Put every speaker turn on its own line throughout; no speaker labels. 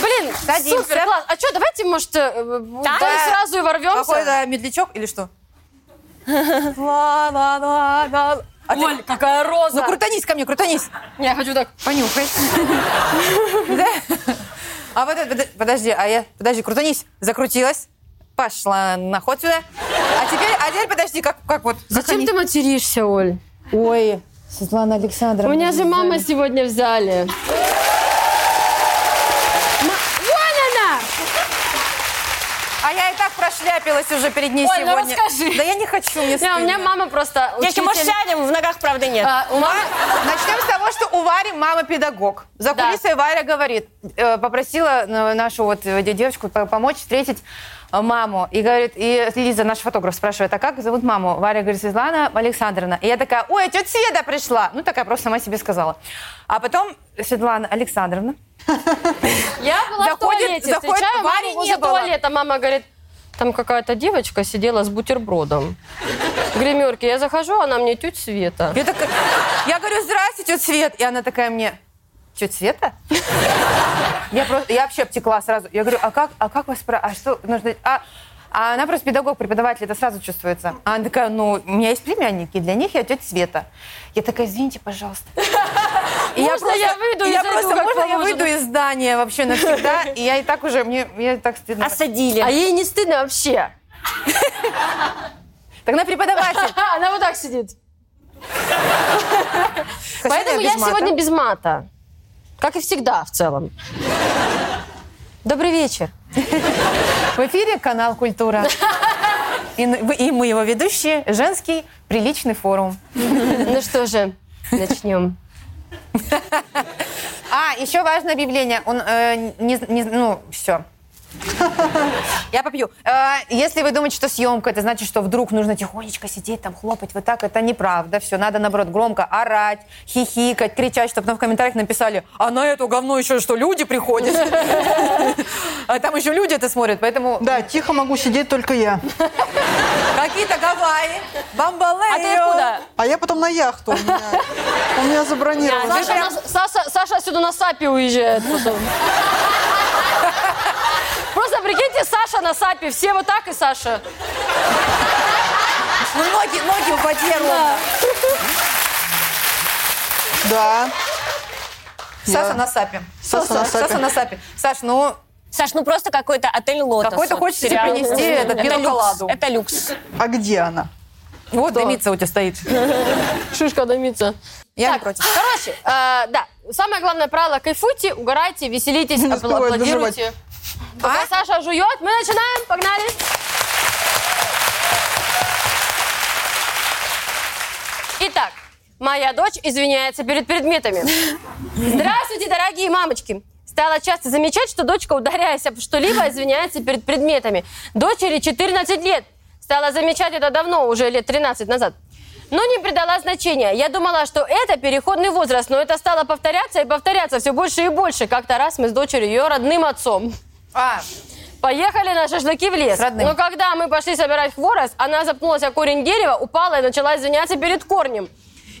Блин,
Садимся.
супер, класс. А что, давайте, может, э, э,
Да.
да, и сразу и ворвемся?
Какой-то медлячок или что? Ла-ла-ла-ла. А ты-
Оль, какая роза.
Ну, крутанись ко мне, крутанись.
Я хочу так.
Понюхай. Да? А вот это, подо- подожди, а я, подожди, крутанись. Закрутилась. Пошла на ход сюда. А теперь, а теперь подожди, как, как вот.
Зачем ты материшься, Оль?
Ой, Светлана
У
Александровна.
меня же мама сегодня взяли. Ма- Вон она!
А я и так прошляпилась уже перед ней
Ой, ну
сегодня.
расскажи.
Да я не хочу, мне
Не, у меня
стыдно.
мама просто
Девочки, может,
учитель.
сядем? В ногах, правда, нет.
А, у мамы-
Начнем с того, что у Вари мама педагог. За
Да.
кулисой Варя говорит, э, попросила э, нашу вот э, де- девочку по- помочь встретить э, маму. И говорит, и Лиза, наш фотограф, спрашивает, а как зовут маму? Варя говорит, Светлана Александровна. И я такая, ой, тетя Света пришла. Ну, такая просто сама себе сказала. А потом Светлана Александровна.
Я была в
Заходит-
туалете,
заходит,
встречаю
Вари
маму
не
возле
было.
туалета. Мама говорит, там какая-то девочка сидела с бутербродом. В гримерке. Я захожу, она мне тють Света.
Я, такая, я говорю, здрасте, тетя Свет. И она такая мне, тетя Света? Я, просто, я вообще обтекла сразу. Я говорю, а как, а как вас про... А что нужно... А, а она просто педагог, преподаватель, это сразу чувствуется. А она такая, ну, у меня есть племянники, для них я тетя Света. Я такая, извините, пожалуйста. И
Можно я выйду
и
и
я
зайду,
просто,
как
можно я
положено?»
выйду из здания вообще навсегда? И я и так уже, мне, мне и так стыдно.
Осадили.
А ей не стыдно вообще.
Тогда преподаватель.
Ха, Она вот так сидит. Поэтому я
без мата.
сегодня без мата. Как и всегда в целом. Добрый вечер.
В эфире канал «Культура». И, н- и мы его ведущие, женский приличный форум.
Ну что же, начнем.
А, еще важное объявление. Он, э, не, не- ну, все. Я попью. Э, если вы думаете, что съемка, это значит, что вдруг нужно тихонечко сидеть там, хлопать вот так, это неправда. Все, надо, наоборот, громко орать, хихикать, кричать, чтобы нам в комментариях написали, а на это говно еще что, люди приходят? А там еще люди это смотрят, поэтому
Да, тихо могу сидеть только я.
какие-то Гавайи, Бамбалео.
А ты откуда?
А я потом на яхту. У меня, у меня забронировано.
Саша,
прям-
на- Саша, Саша отсюда на САПе уезжает потом. Просто прикиньте, Саша на САПе. Все вот так и Саша.
Ну, ноги, ноги упади ровно.
Да.
Саша
Я-
на сапе.
Саша на сапе.
Саша на сапе. Саш, ну,
Саш, ну просто какой-то отель Лотос.
Какой-то
Вот
хочется
сериал.
тебе принести этот
люкс,
белоколаду.
Это люкс.
А где она?
вот дымится у тебя стоит.
Шишка дымится.
Я не
Так,
против.
Короче, э, да. Самое главное правило – кайфуйте, угорайте, веселитесь,
Не успеваю
аплодируйте.
доживать.
Пока
А?
Саша жует, мы начинаем. Погнали. Итак, моя дочь извиняется перед предметами. Здравствуйте, дорогие мамочки. Стала часто замечать, что дочка, ударяясь об что-либо, извиняется перед предметами. Дочери 14 лет. Стала замечать это давно, уже лет 13 назад. Но не придала значения. Я думала, что это переходный возраст, но это стало повторяться и повторяться все больше и больше. Как-то раз мы с дочерью ее родным отцом.
А,
Поехали на шашлыки в лес.
С родным.
Но когда мы пошли собирать хворост, она запнулась о корень дерева, упала и начала извиняться перед корнем.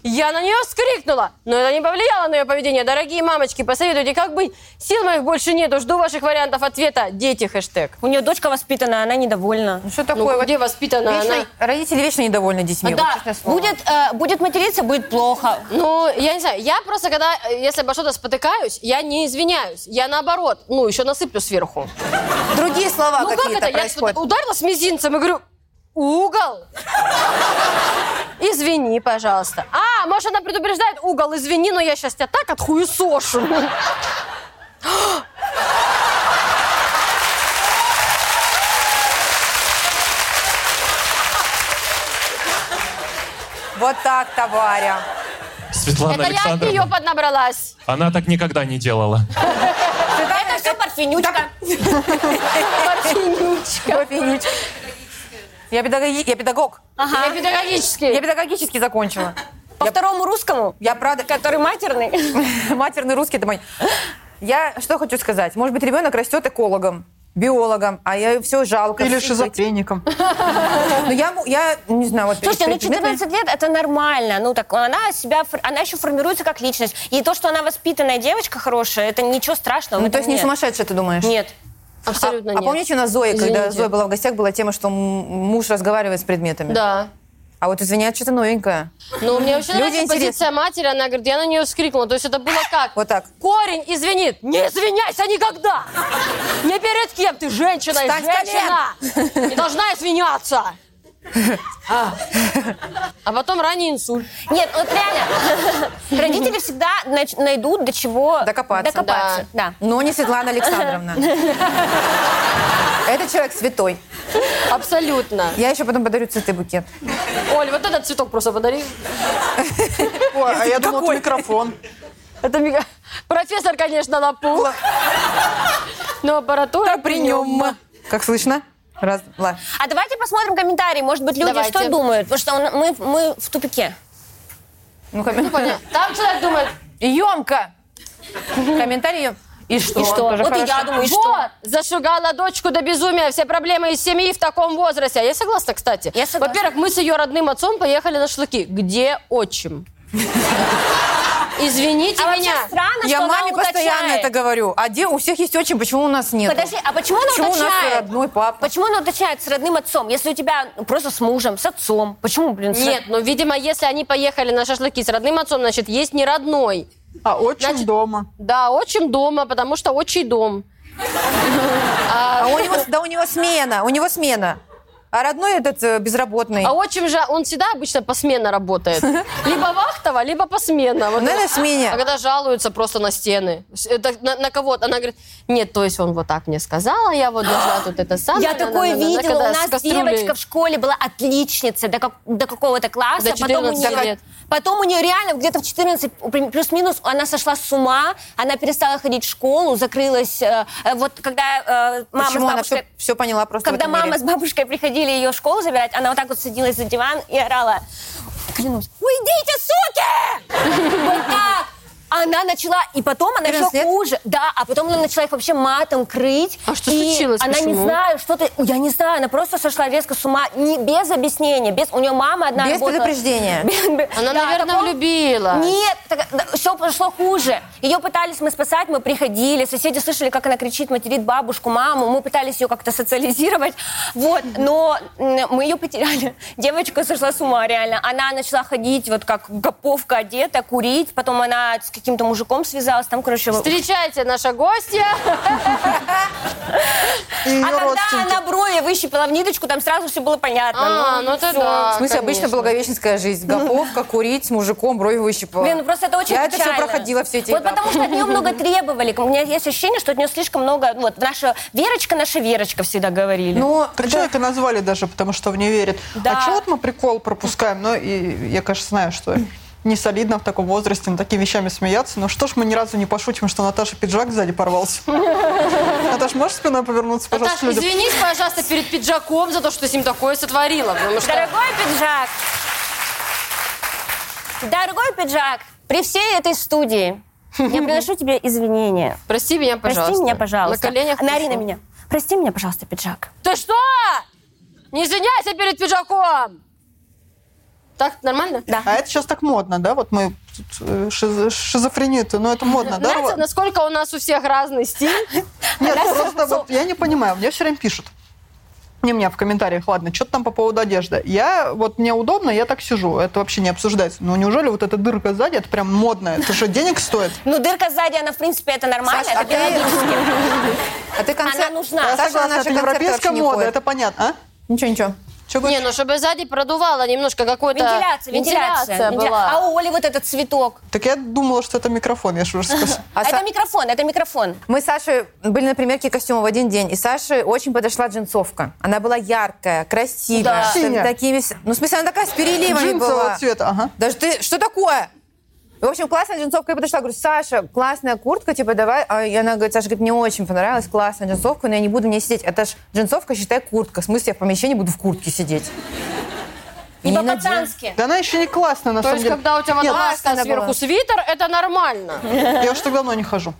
Я на нее вскрикнула, но это не повлияло на ее поведение. Дорогие мамочки, посоветуйте, как быть. Сил моих больше нету, жду ваших вариантов ответа. Дети, хэштег.
У нее дочка воспитанная, она недовольна.
ну что такое?
Ну,
вот
где воспитана
вечно-
она?
Родители вечно недовольны детьми, вот честное слово.
будет, э, будет материться, будет плохо.
Ну, я не знаю, я просто когда, э, если обо что-то спотыкаюсь, я не извиняюсь. Я наоборот, ну, еще насыплю сверху.
Другие слова
ну как
А какие-то
это? Я
происходят.
спот- ударилась мизинцем и говорю, угол. Извини, пожалуйста. А, может, она предупреждает угол, извини, но я сейчас тебя так отхуесошу.
Вот так, товаря.
Светлана
Это я от
Александровна.
нее поднабралась.
Она так никогда не делала.
Это все парфенючка.
Парфенючка.
Кофенечка. Я, педаго- я педагог.
Я
Я
педагогически.
педагогически закончила.
По второму русскому,
Я правда...
который матерный.
Матерный русский, это мой. Я что хочу сказать. Может быть, ребенок растет экологом. биологом, а я ее все жалко. всё
Или
быть.
шизофреником.
Ну, я, му- я не знаю, вот...
Слушайте, ну
перед предметами-
14 лет это нормально. Ну так она себя, фор- она еще формируется как личность. И то, что она воспитанная девочка хорошая, это ничего страшного. в
Ну, то
этом
есть не
нет.
сумасшедшая, ты думаешь?
Нет.
Абсолютно
а,
нет.
а помните, у нас Зоя, когда
Извините.
Зоя была в гостях, была тема, что м- муж разговаривает с предметами.
Да.
А вот извиняюсь, что-то новенькое.
Ну, мне вообще
Люди
нравится
интересны.
позиция матери, она говорит, я на нее вскрикнула. То есть это было как?
Вот так.
Корень извинит. Не извиняйся никогда. Не перед кем ты, женщина, и
Встань с
женщина. Не должна извиняться. А. А потом ранний инсульт.
Нет, вот реально. Родители всегда нач- найдут до чего
Докопаться.
докопаться. Да.
Но не Светлана Александровна. Этот человек святой.
Абсолютно.
Я еще потом подарю цветы букет.
Оль, вот этот цветок просто подари.
Ой, а я думала, это микрофон.
Это мега- профессор, конечно, напула. Но аппаратура при нем.
Как слышно? Раз, ла.
А давайте посмотрим комментарии. Может быть, люди
Давайте.
что думают? Потому что он- мы, мы в тупике.
Ну, комментарий.
Там человек думает,
Емко! Комментарий ём- И что?
И что?
Тоже
Вот и я
хорошо.
думаю, и что?
Вот, зашугала дочку до безумия, все проблемы из семьи в таком возрасте. А Я согласна, кстати.
Я согласна.
Во-первых, мы с ее родным отцом поехали на шашлыки. Где отчим? Извините
А вообще
меня.
странно, что
Я
она
маме постоянно
уточняет.
это говорю. А где у всех есть отчим, почему у нас нет?
Подожди, а почему она
Почему у нас
уточняет?
родной папа?
Почему она уточняет с родным отцом, если у тебя ну, просто с мужем, с отцом? Почему, блин, с...
Нет, ну, видимо, если они поехали на шашлыки с родным отцом, значит, есть не родной.
А отчим
Значит-
дома.
Да, отчим дома, потому что отчий дом.
А у него, да у него смена, у него смена. А родной этот э, безработный.
А отчим же, он всегда обычно посменно работает. Либо вахтово, либо посменно. Вот
Ну,
это-
на смене.
А когда жалуются просто на стены. С- это на, на кого-то. Она говорит, нет, то есть он вот так мне сказала, я вот должна тут это самое.
Я такое
на-на-на-на-на»,
видела.
когда
У
с
нас
кастрюлей.
девочка в школе была отличница до, как- до какого-то класса.
До 14
потом у нее,
лет.
Потом у нее реально где-то в 14 при- плюс-минус она сошла с ума. Она перестала ходить в школу, закрылась. э, э, вот когда э, мама
Почему
с
она
бабушкой...
все, поняла просто в
Когда
этом
мама
мире?
с бабушкой приходили ее в школу забирать, она вот так вот садилась за диван и орала. Клянусь. Уйдите, суки! Вот так! Она начала, и потом она еще
14 лет?
хуже. Да, а потом она начала их вообще матом крыть.
А что
И
случилось?
Она не
Почему?
знаю, что ты... Я не знаю, она просто сошла резко с ума. Не, без объяснения, без... У нее мама одна
Без
работала-
предупреждения.
Она,
Да, а
наверное,
таком-
влюбилась.
Нет, все пошло хуже. Ее пытались мы спасать, мы приходили, соседи слышали, как она кричит, материт бабушку, маму. Мы пытались ее как-то социализировать, вот, но м, мы ее потеряли. Девочка сошла с ума, реально. Она начала ходить, вот как гоповка одета, курить, потом она с каким-то мужиком связалась, там, короче... вот.
Встречайте наша гостья.
И ее
А когда
родственники.
она брови выщипала в ниточку, там сразу все было понятно.
А, ну это
всё.
да.
В смысле, обычно
конечно.
благовещенская жизнь. Гоповка, курить, с мужиком, брови выщипала.
Блин, ну просто это очень
Я это все
печально.
проходила, все эти
Вот
этапы.
потому что от нее много требовали. У меня есть ощущение, что от нее слишком много... Вот, наша Верочка, наша Верочка всегда говорили.
Ну,
Так человека назвали даже, потому что в ней верят.
Да.
А чего вот мы прикол пропускаем? Ну, и я, конечно, знаю, что не солидно в таком возрасте над такими вещами смеяться. Но что ж мы ни разу не пошутим, что Наташа пиджак сзади порвался? Наташ, можешь спиной повернуться, пожалуйста, к
Наташа,
людям?
извинись, пожалуйста, перед пиджаком за то, что с ним такое сотворила.
ну
Потому что...
Дорогой пиджак! Дорогой пиджак! При всей этой студии я приношу тебе извинения.
Прости меня,
Прости
пожалуйста.
меня, пожалуйста.
На коленях.
Нари на
прошу.
меня. Прости меня, пожалуйста, пиджак.
Ты что? Не извиняйся перед пиджаком. Так нормально?
Да.
А это сейчас так модно, да? Вот мы тут, э, шизо- шизофрению-то, но это модно, да?
Знаете,
ну,
Рова?
насколько у нас у всех разный стиль?
Нет, просто вот я не понимаю, мне все время пишут. Не мне в комментариях, ладно, что-то там по поводу одежды. Я, вот мне удобно, я так сижу, это вообще не обсуждается. Ну неужели вот эта дырка сзади, это прям модно, это что, денег стоит?
Ну, дырка сзади, она, в принципе, это нормально.
Саш, а
это биологически.
а ты концерт...
Она нужна.
Я
Саша,
согласна,
наши
это
концерты
европейская
вообще не
мода,
ходит.
это понятно, а?
Ничего, ничего.
Чё
Не,
говоришь?
ну чтобы сзади продувало немножко какой-то...
Вентиляция, вентиляция. вентиля-
была.
А у Оли вот этот цветок.
Так я думала, что это микрофон, я же уже сказала.
А
это
Са-
микрофон, это микрофон.
Мы с Сашей были на примерке костюма в один день, и Саше очень подошла джинсовка. Она была яркая, красивая.
Да.
с
Синяя.
Такими... с- Ну, в смысле, она такая с переливами
Джинсового
была.
цвета, ага.
Даже ты, что такое? В общем, классная джинсовка. Я подошла, говорю, Саша, классная куртка, типа, давай. А и она говорит, Саша, говорит, мне очень понравилась классная джинсовка, но я не буду в ней сидеть. Это ж джинсовка, считай, куртка. В смысле, я в помещении буду в куртке сидеть.
Не
Не надела.
по-пацански.
Да она еще не классная, на
То
самом
есть,
деле.
когда у тебя
Нет,
водолазка
классная
сверху
была.
свитер, это нормально.
ну, Я уж так давно не хожу.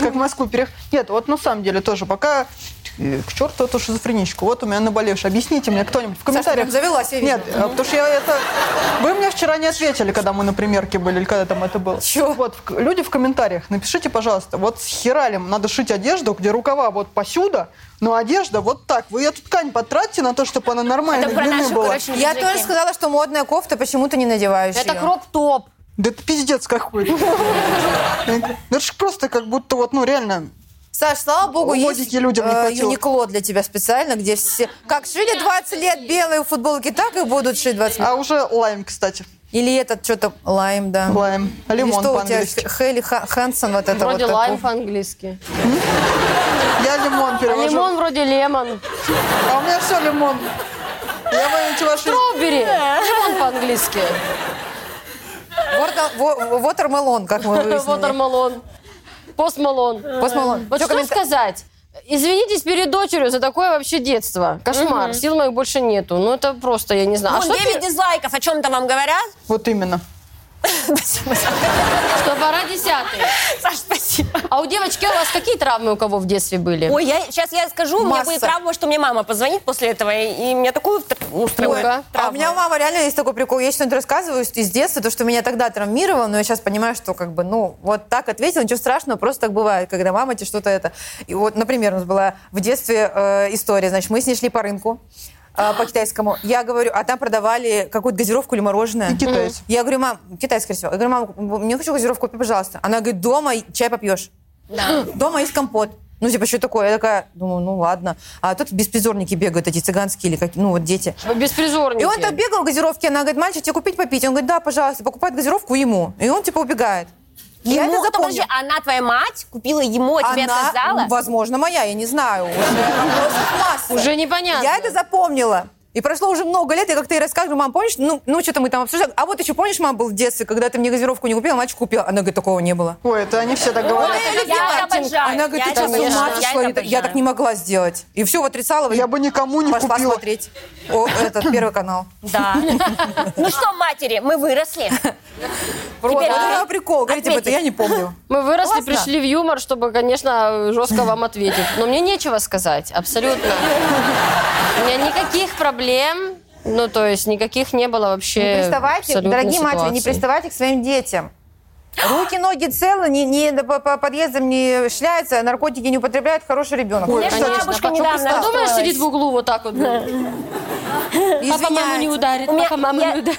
Как в Москву переехал. Нет, вот на самом деле тоже, пока э, к черту эту шизофреничку. Вот у меня наболевшая. Объясните мне кто-нибудь в комментариях.
прям завелась, я вижу.
Нет, э, потому что я это... Вы мне вчера не ответили, когда мы на примерке были, или когда там это было. Чего? Вот, в- люди в комментариях, напишите, пожалуйста, вот с хералем надо шить одежду, где рукава вот посюда, но одежда вот так. Вы эту ткань потратьте на то, чтобы она нормальной
Это про
длины
нашу,
была.
короче,
Я
мужики.
тоже сказала, что модная кофта, почему ты не надеваешь
Это
её?
кроп-топ.
Да это пиздец какой-то. Это ж просто как будто вот, ну реально,
Саш, слава богу, есть
Логики людям не
э,
хватило.
Юникло для тебя специально, где все... Как шили 20 лет белые футболки, так и будут шить 20 лет.
а уже лайм, кстати.
Или этот что-то лайм, да.
Лайм. А
Или
Лимон
что у тебя,
по-английски.
Х- Хелли Ха- Хэнсон, вот это
Вроде
вот
лайм
такого.
по-английски.
Я лимон
А
перевожу.
лимон вроде лемон.
А у меня все лимон. Я маленький ваш...
Ну, Убери. Лимон по-английски.
Ворда- во- Watermelon, как мы выяснили.
Watermelon. Постмалон.
Постмалон.
Вот
Чё,
что
коммента-
сказать? Извинитесь перед дочерью за такое вообще детство. Кошмар. Сил моих больше нету. Ну, это просто, я не знаю.
Вон,
а что,
9
пер-
дизлайков, о чем-то вам говорят?
Вот именно.
что пора десятый?
Саш, спасибо.
А у девочки у вас какие травмы у кого в детстве были?
Ой, я, сейчас я скажу,
Масса.
у меня будет травма, что мне мама позвонит после этого, и, и мне такую тр- ну, устроит
Ой, а
А
травму.
у меня у мамы реально есть такой прикол. Я что-нибудь рассказываю из детства, то, что меня тогда травмировало, но я сейчас понимаю, что как бы, ну, вот так ответила, ничего страшного, просто так бывает, когда мама тебе что-то это... И вот, например, у нас была в детстве э, история, значит, мы с ней шли по рынку, э, по китайскому. Я говорю, а там продавали какую-то газировку или мороженое.
И китайцы.
Я говорю, мам, Китай, скорее всего. Я говорю, мам, мне хочу газировку, купи, пожалуйста. Она говорит, дома чай попьешь. Дома есть компот. Ну, типа, что такое? Я такая, думаю, ну ладно. А тут беспризорники бегают, эти цыганские или какие, ну, вот дети.
Беспризорники.
И он там бегал в газировке, она говорит, мальчик, тебе купить попить? Он говорит, да, пожалуйста, покупает газировку ему. И он, типа, убегает. И я
Ему-
это
подожди,
запомню.
она твоя мать купила ему, а тебе
Она,
отказала?
м, возможно, моя, я не знаю. Уже вопросов масса.
Уже непонятно.
Я это запомнила. И прошло уже много лет, я как-то ей рассказываю, мам, помнишь, ну, ну что-то мы там обсуждали. А вот еще помнишь, мам, был в детстве, когда ты мне газировку не купила, мальчик купил. Она говорит, такого не было.
Ой, это они все так говорят.
я
это
любила.
обожаю.
Она говорит,
Я
ты
это
что, с ума
обожаю. Я
сошла? Я,
это обожаю.
так не могла сделать. И все, отрицала.
Я бы никому не
Пошла
купила.
смотреть. О, этот, первый канал.
Да. Ну что, матери, мы выросли.
Вот
Теперь
это
вы-
была прикол. Говорите, типа, это я не помню.
Мы выросли,
Классно.
пришли в юмор, чтобы, конечно, жестко вам ответить. Но мне нечего сказать, абсолютно. У меня никаких проблем, ну, то есть никаких не было вообще
Не приставайте,
абсолютно
дорогие матери, не
ситуаций.
приставайте к своим детям. Руки, ноги целы, не, не по, по подъездам не шляется, наркотики не употребляет, хороший ребенок.
У меня же
Конечно,
бабушка
потом
недавно
приставала. Думаешь,
расстроилась.
сидит в углу вот так вот. Папа маму не ударит,
У меня-
папа маму
я-
не ударит.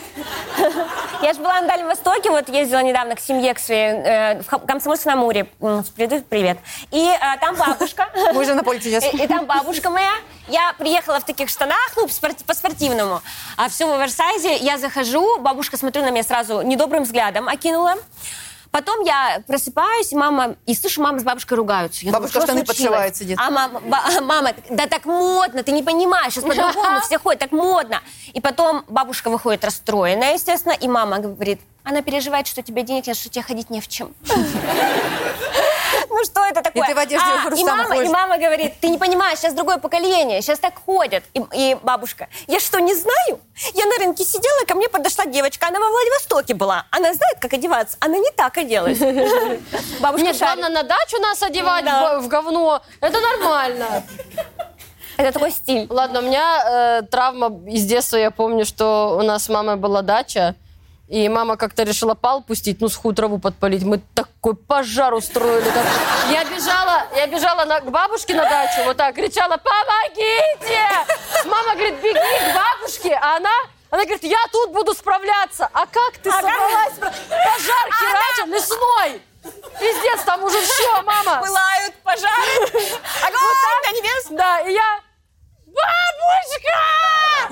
Я же была на Дальнем Востоке, вот ездила недавно к семье, к своей, э, в Хом- Комсомольском на Амуре. М, Приду, привет. И э, там бабушка.
Мы же на поле чудес.
Э,
И, и там Э, бабушка моя. Я приехала в таких штанах, ну, спорт- по-спортивному. А все в оверсайзе. Я захожу, бабушка, смотрю на меня сразу, недобрым взглядом окинула. Потом я просыпаюсь, мама, и слышу, мама с бабушкой ругаются. Я
Бабушка
«Что
штаны
случилось?»
подшивает, сидит.
А мама, ба- а мама, да так модно, ты не понимаешь, сейчас по-другому все ходят, так модно. И потом бабушка выходит расстроенная, естественно, и мама говорит, она переживает, что у тебя денег нет, что тебе ходить не в чем. Ну что это такое?
ты в одежде
А, и,
Рустама
мама, и
ходишь.
мама говорит, ты не понимаешь, сейчас другое поколение, сейчас так ходят. И, и бабушка, я что, не знаю? Я на рынке сидела, ко мне подошла девочка, она во Владивостоке была. Она знает, как одеваться, она не так оделась. Бабушка
Нет,
шарит.
главное на дачу нас одевать
Да.
в- в говно. Это нормально.
Это такой стиль.
Ладно, у меня э, травма из детства. Я помню, что у нас с мамой была дача. И мама как-то решила пал пустить, ну, сухую траву подпалить. Мы такой пожар устроили. там. Я бежала, я бежала на, к бабушке на дачу, вот так, кричала, помогите! Мама говорит, беги к бабушке, а она... Она говорит, я тут буду справляться. А как ты собралась? А спра- Пожар херачил лесной. Пиздец, там уже все, мама.
Пылают пожары. Огонь на небес.
Да, и я... Бабушка!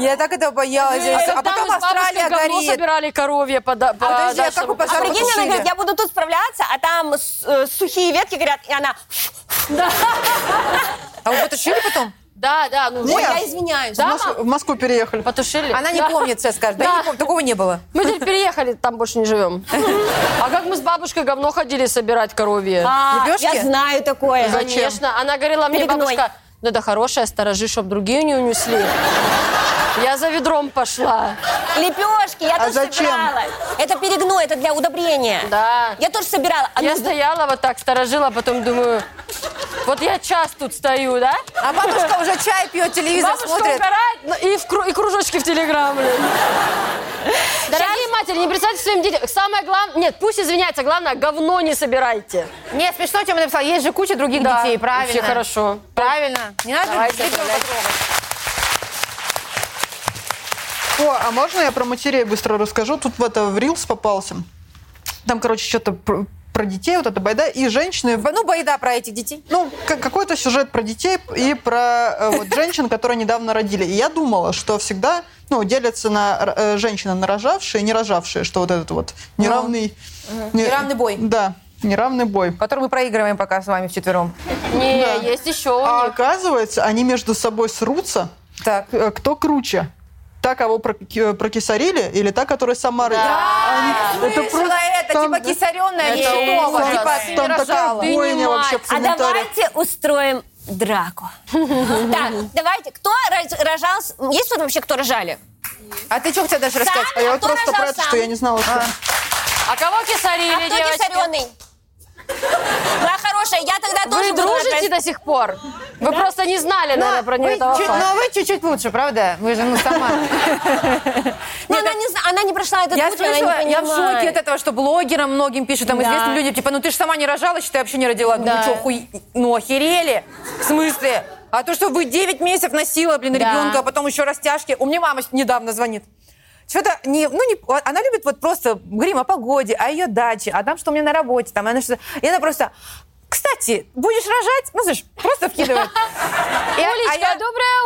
Я так этого боялась.
А,
А,
когда
потом
мы с бабушкой
Австралия
говно
горит.
собирали коровье по, да- по
подожди, а
дачам.
как у пожара-
А
Пожар
прикинь, она
потушили.
говорит, я буду тут справляться, а там с- э, сухие ветки горят, и она...
А вы потушили потом?
Да, да, ну
Нет.
ой, я
Я извиняюсь.
Да,
В Мос- В Москву переехали.
потушили.
Она не
Да.
помнит, сейчас скажет. Да,
Да.
я не помню, такого не было.
Мы теперь переехали, там больше не живем. А как мы с бабушкой говно ходили собирать коровье?
А,
Лепешки?
Я знаю такое.
Конечно, она говорила мне,
Перед мной.
бабушка, ну это хорошая, сторожи, чтоб другие не унесли. Я за ведром пошла.
Лепешки, я
А
тоже
зачем?
собирала. Это перегной, это для удобрения.
Да.
Я тоже собирала. А
Я
ну,
стояла вот так, сторожила, потом а думаю, Вот я час тут стою, да?
А бабушка уже чай пьет, телевизор
Бабушка
смотрит.
угорает ну, и, в кру- и кружочки в Телеграм, блин. Дорогие матери, не представьте своим детям. Самое главное... Нет, пусть извиняется, главное, говно не собирайте.
Не, смешно, Тёма написал. Есть же куча других
Да,
детей, правильно.
Все хорошо.
Правильно. Не надо
Давайте,
детей только
блядь.
трогать.
О, а можно я про матерей быстро расскажу? Тут в это в Рилс попался. Там, короче, что-то про, про детей, вот это байда, и женщины... в-
Ну, байда про этих детей.
Ну, к- какой-то сюжет про детей и про э, вот, женщин, которые недавно родили. И я думала, что всегда ну, делятся на р- э, женщины на рожавшие и не рожавшие, что вот этот вот неравный... не-
Неравный бой.
Да, неравный бой.
Который мы проигрываем пока с вами вчетвером.
Не,
Да.
есть еще у
А
них.
оказывается, они между собой срутся,
Так.
э, кто круче. Та, кого прок- э, прокисарили, или та, которая сама родила. Они-
Это
просто
это,
там-
типа кисаренная
Это
ничтово,
ужас.
типа ты не
Там такая
рожала.
Ты не
бойня вообще
мать.
в
А
комментариях.
давайте устроим драку. Так, давайте. Кто рож- рожал... с- Есть тут вообще, кто рожали?
А ты что хотела даже рассказать?
А я
А
вот
кто
просто
рожал
рад,
сам?
что я не знала, что...
А кого кисарили,
А кто
девочки?
кисареный? Да, хорошая, я тогда тоже
Вы
буду
дружите
рожать.
до сих пор? Вы просто не знали, наверное, про
Вы
нее этого
ну, чуть-
факта.
но вы чуть-чуть лучше, правда? Вы же, ну, сама.
Но она не зна- она не прошла этот
Я
путь, она не
слышала, я в шоке
понимает.
от этого, что блогерам многим пишут, там,
Да.
известным людям, типа, ну ты же сама не рожала, что ты вообще не родила.
Да.
Ну что, хуй, ну охерели? В смысле? А то, что вы 9 месяцев носила, блин,
Да.
ребенка, а потом еще растяжки. У меня мама недавно звонит. Что-то не, ну не, она любит вот просто грим о погоде, о ее даче, а там что у меня на работе, там, и она что и она просто, кстати, будешь рожать, ну знаешь, просто вкидывает. И- а
Улечка,
я-
доброе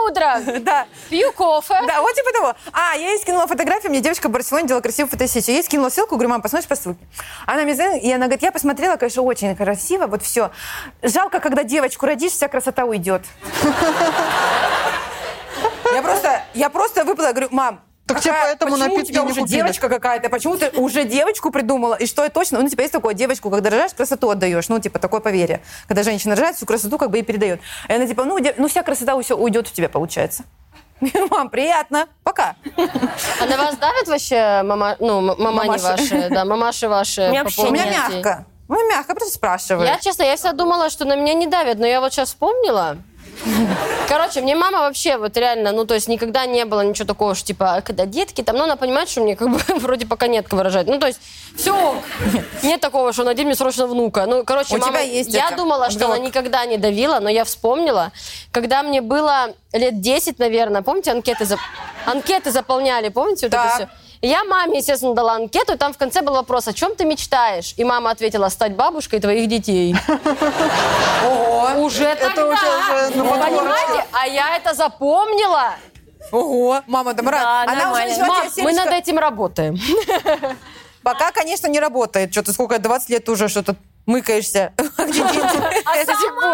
утро.
Да.
Пью кофе.
Да, вот типа того. А, я ей скинула фотографию, мне девочка в Барселоне делала красивую фотосессию. Я ей скинула ссылку, говорю, мам, посмотришь по ссылке. Она мне звонит, и она говорит, я посмотрела, конечно, очень красиво, вот все. Жалко, когда девочку родишь, вся красота уйдет. Я просто, я просто выпала, говорю, мам,
Так тебе
какая-
поэтому
почему у
напитки
тебя
не
уже
купили?
девочка какая-то, почему ты уже девочку придумала? И что я точно? Ну, типа, есть такое, девочку, когда рожаешь, красоту отдаешь. Ну, типа, такое поверье. Когда женщина рожает, всю красоту как бы и передает. И она типа, ну, де- ну вся красота уйдет, уйдет у тебя, получается. Я говорю, Мам, приятно. Пока.
А на вас давят вообще мама, ну, м- мамани
Мамаши.
ваши, да, мамаши ваши?
меня
по
вообще
поводу
У меня
детей?
мягко. Ну, мягко, просто спрашиваю.
Я, честно, я всегда думала, что на меня не давят, но я вот сейчас вспомнила. Короче, мне мама вообще вот реально, ну, то есть никогда не было ничего такого, что типа, «А когда детки там, но она понимает, что мне как бы вроде пока нет кого рожать. Ну, то есть все, нет такого, что найди мне срочно внука. Ну, короче,
У
мама,
тебя есть
я
это,
думала, что она
отговорка.
никогда не давила, но я вспомнила, когда мне было лет 10, наверное, помните, анкеты, зап- анкеты заполняли, помните, вот
Так.
это все? Я маме, естественно, дала анкету, и там в конце был вопрос, о чем ты мечтаешь? И мама ответила, стать бабушкой твоих детей.
Ого.
Уже
Это у
тогда.
тебя уже на
Вы
подборочке.
понимаете? А я это запомнила.
Ого. Мама там рад. Она уже
нормально.
начала
Мам,
тебя
мы
семечко-
над этим работаем.
Пока, конечно, не работает. Что-то сколько, 20 лет ты уже что-то мыкаешься. Где дети?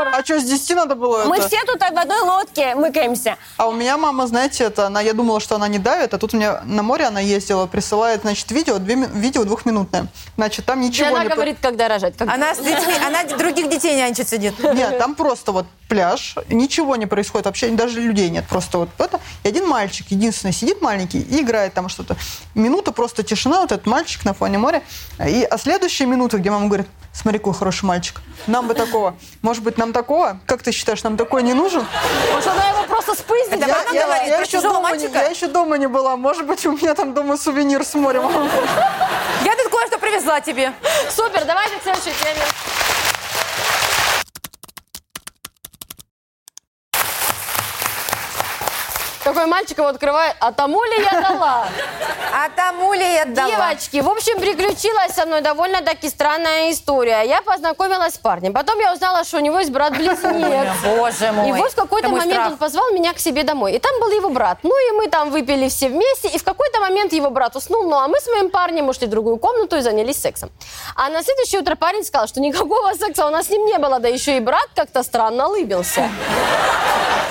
А что, с 10 надо было
Мы
это?
все тут в одной лодке мыкаемся.
А у меня мама, знаете, это она, я думала, что она не давит, а тут у меня на море она ездила, присылает, значит, видео, две, ми- видео двухминутное. Значит, там
И
ничего
она
не... по-
говорит, когда рожать. когда-
Она с детьми, она других детей нянчит сидит.
Нет, там просто вот пляж, ничего не происходит, вообще даже людей нет, просто вот это. И один мальчик, единственный, сидит маленький и играет там что-то. Минута просто тишина, вот этот мальчик на фоне моря. И, а следующая минута, где мама говорит, смотри, какой хороший мальчик, нам бы такого. Может быть, нам такого? Как ты считаешь, нам такой не нужен?
Может, она его просто спиздит?
Это мама говорит про
еще
чужого
дома не,
мальчика?
я еще дома не была. Может быть, у меня там дома сувенир с морем.
Я тут кое-что привезла тебе.
Супер, давайте к следующей теме. Такой мальчик его открывает. А тому ли я дала?
А тому ли я дала?
Девочки, в общем, приключилась со мной довольно-таки странная история. Я познакомилась с парнем. Потом я узнала, что у него есть брат-близнец.
Боже мой.
И вот в какой-то
Это мой
момент
страх.
он позвал меня к себе домой. И там был его брат. Ну и мы там выпили все вместе. И в какой-то момент его брат уснул. Ну а мы с моим парнем ушли в другую комнату и занялись сексом. А на следующее утро парень сказал, что никакого секса у нас с ним не было. Да еще и брат как-то странно улыбился.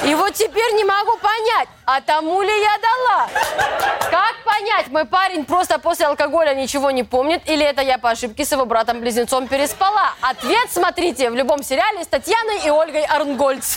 И вот теперь не могу понять, а тому ли я дала? Как понять, мой парень просто после алкоголя ничего не помнит, или это я по ошибке с его братом-близнецом переспала? Ответ смотрите в любом сериале с Татьяной и Ольгой Арнгольц.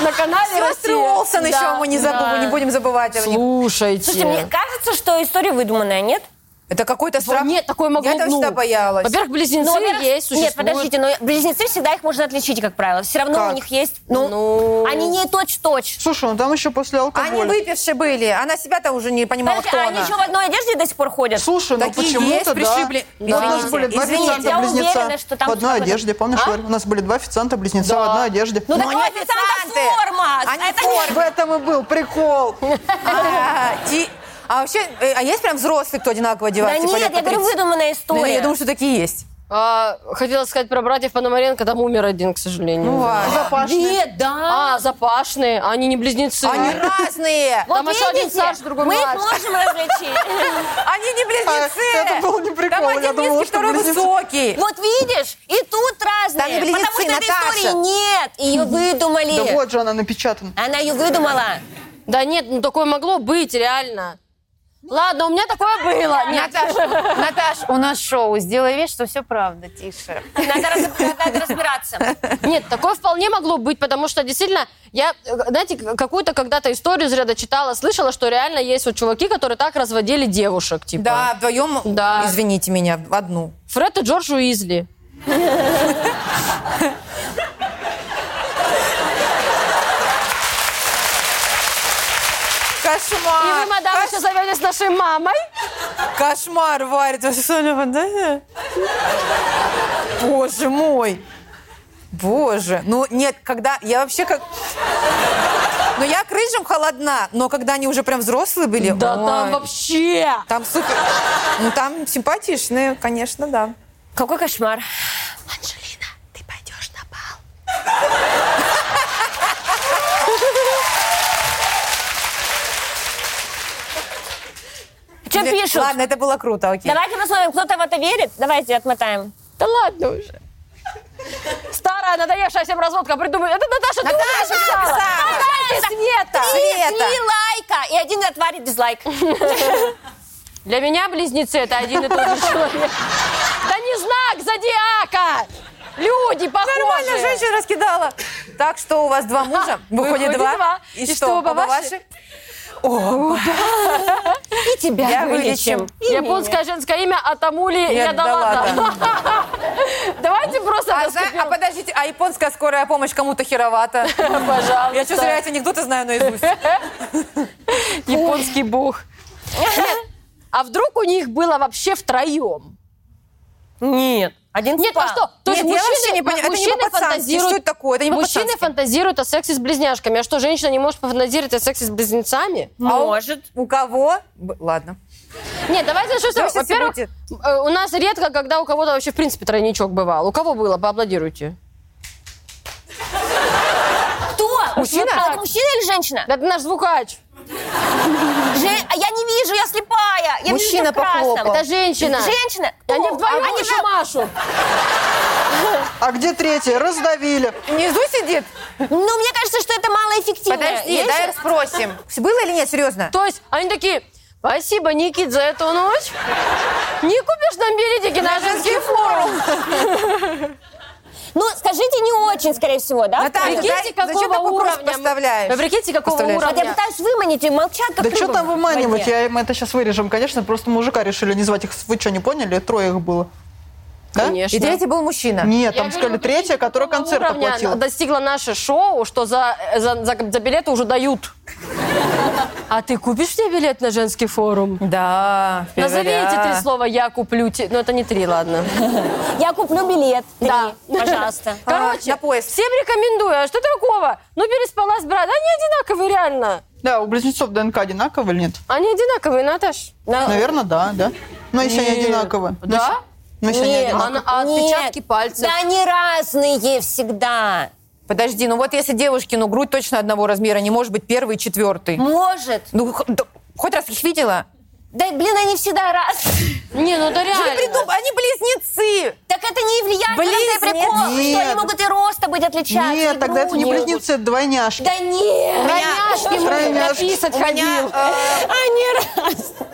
На канале
Сестры
«Россия».
Олсен еще
Да,
мы не забу-
да.
не будем забывать о них.
Слушайте.
Слушайте, мне кажется, что история выдуманная, нет?
Это какой-то
Во,
страх.
Нет, такое могло
Я этого
ну,
всегда боялась.
Во-первых, близнецы
Ну, во-первых,
есть, существуют.
Нет, подождите, но близнецы всегда их можно отличить, как правило. Все равно
Как?
у них есть... Ну,
Ну.
они не точь-точь.
Слушай, ну там еще после
Они
алкоголя.
выпившие были. Она себя-то уже не
ну,
понимала,
Подожди,
кто
а
она.
они что, в одной одежде до сих пор ходят?
Слушай, ну
Такие есть,
почему-то, да.
пришибли.
У нас
Извините,
были два
извините,
официанта
я
близнеца
уверена, что там
в одной
что-то-
одежде, помнишь,
А?
Варь? У нас были два официанта близнеца в одной одежде.
Ну,
Но
так
они
у официанта
официанты.
форма.
Они
Это-
форма.
В этом и был прикол.
А, ти- а вообще, э, а есть прям взрослые, кто одинаково
Да
одевается? типа, лет
нет,
по
я говорю,
30?
выдуманная
Ну,
история.
Я думаю, что такие есть.
А, хотела сказать про братьев Пономаренко, там умер один, к сожалению.
Ну, ладно.
Запашный.
Нет, да.
А, запашные, они не близнецы.
Они разные.
там еще один
видите,
старше, другой
Мы их
младше.
можем различить.
Они не
А,
близнецы.
Это был не прикол.
Там один
Я думала,
низкий,
что
второй
близнецы.
высокий.
Вот видишь, и тут разные.
Там не близнецы,
потому что
Наташа.
этой истории нет. Ее выдумали.
Да вот же она напечатана.
Она ее выдумала.
Да нет, ну такое могло быть, реально. Ладно, у меня такое было. Нет.
Наташ, Наташ, у нас шоу. Сделай вид, что все правда, тише.
Надо, раз- надо разбираться.
Нет, такое вполне могло быть, потому что действительно, я, э, знаете, какую-то когда-то историю зря дочитала, слышала, что реально есть вот чуваки, которые так разводили девушек, типа.
Да, вдвоем,
Да.
извините меня, в одну.
Фред и Джордж Уизли.
Кошмар.
И вы, мадам, еще зоветесь нашей мамой.
Кошмар, Варя, ты что, Лёва, да? Боже мой. Боже. Ну, нет, когда... Я вообще как... Ну, я к рыжим холодна, но когда они уже прям взрослые были...
Да
ой,
там вообще.
Там супер... Ну, там симпатичные, конечно, да.
Какой кошмар. Анжелина, ты пойдешь на бал. Что пишут?
Ладно, это было круто, окей.
Давайте посмотрим, кто-то в это верит. Давайте отмотаем.
Да ладно уже. Старая, надоевшая всем разводка придумай. Это Наташа, ты
Наташа
уже написала.
написала.
Какая ты, Света?
Три
Света!
лайка! И один отварит дизлайк.
Для меня близнецы это один и тот же человек. Да не знак зодиака! Люди похожи.
Нормально женщин раскидала. Так что у вас два мужа, выходит
Выходит
два.
два. И что, оба ваши?
И тебя
Я вылечим.
Японское женское имя Атамули
Я
Ядалата. Давайте просто
А, за-
доскопируем.
а подождите, а японская скорая помощь кому-то херовата.
Пожалуйста.
Я что, зря эти анекдоты знаю наизусть? А
Японский бог. Нет, А вдруг у них было вообще втроем?
Нет. Один
Нет, а
спал.
что? То есть
Нет, я вообще
мужчины,
не понимаю. Это не
мужчины
по-пацански. Что
фантазируют...
это такое? Это не
Мужчины
по-пацански.
фантазируют о сексе с близняшками. А что, женщина не может пофантазировать о сексе с близнецами?
А Может.
У кого? Б- Ладно.
Нет, давайте начнем с того.
Давайте
Во-первых,
будет.
э, у нас редко, когда у кого-то вообще, в принципе, тройничок бывал. У кого было? Поаплодируйте.
Кто?
Мужчина?
Вот так, Мужчина или женщина?
Это наш звукач.
Же- а Я не вижу, я слепая. Я
Мужчина
вижу в красном.
похлопал.
Это женщина.
Женщина?
Они
Кто?
вдвоем
Они
еще машут.
А где третья? Раздавили.
Внизу сидит?
Ну, мне кажется, что это малоэффективно.
Подожди,
Есть?
дай спросим. Было или нет, серьезно?
То есть они такие, спасибо, Никит, за эту ночь. Не купишь нам билетики на женский форум.
Ну, скажите, не очень, скорее всего, да?
Наташа,
Прикинь,
дай-
Прикиньте,
зачем
какого
такой вопрос
уровня...
поставляешь?
Вы прикиньте, какого
Поставляешь?
Вот я
уровня...
пытаюсь выманить, и молчат, как
Да что
рыбы
там
в воде.
выманивать? Я им это сейчас вырежем. Конечно, просто мужика решили не звать их. Вы что, не поняли? Трое их было. Да?
Конечно.
И третий был мужчина.
Я
Нет, там
говорю,
сказали третья, которая
какого
концерт
уровня
оплатила.
достигла наше шоу, что за, э, за, за- за билеты уже дают. А ты купишь мне билет на женский форум?
Да.
Назови эти три
февраля.
слова «я куплю те- Ну, это не три, ладно.
Я куплю билет. Три,
Да.
Пожалуйста.
Короче,
на поезд.
всем рекомендую. А что такого? Ну, переспала с братом. Они одинаковые, реально.
Да, у близнецов ДНК одинаково или нет?
Они одинаковые, Наташ.
Наверное, да, да. Но если они одинаковые. Ну,
Да?
Ну, если они
Нет, она-
одинаковые.
а отпечатки
Нет.
пальцев.
Да они разные всегда.
Подожди, ну вот если девушки, ну грудь точно одного размера, не может быть первый и четвертый.
Может.
Ну, х- да- хоть раз их видела?
Да, блин, они всегда разные.
Не, ну это
Вы
реально.
придум- Они близнецы!
Так это не влияет.
Блин,
Блин, прикол,
нет.
что они могут и роста быть отличаться.
Нет,
и
тогда это не
грудью.
близнецы, это двойняшки.
Да нет.
Тройняшки, мы
Тройняшки.
написать
У меня,
ходил.
э,
Они разные.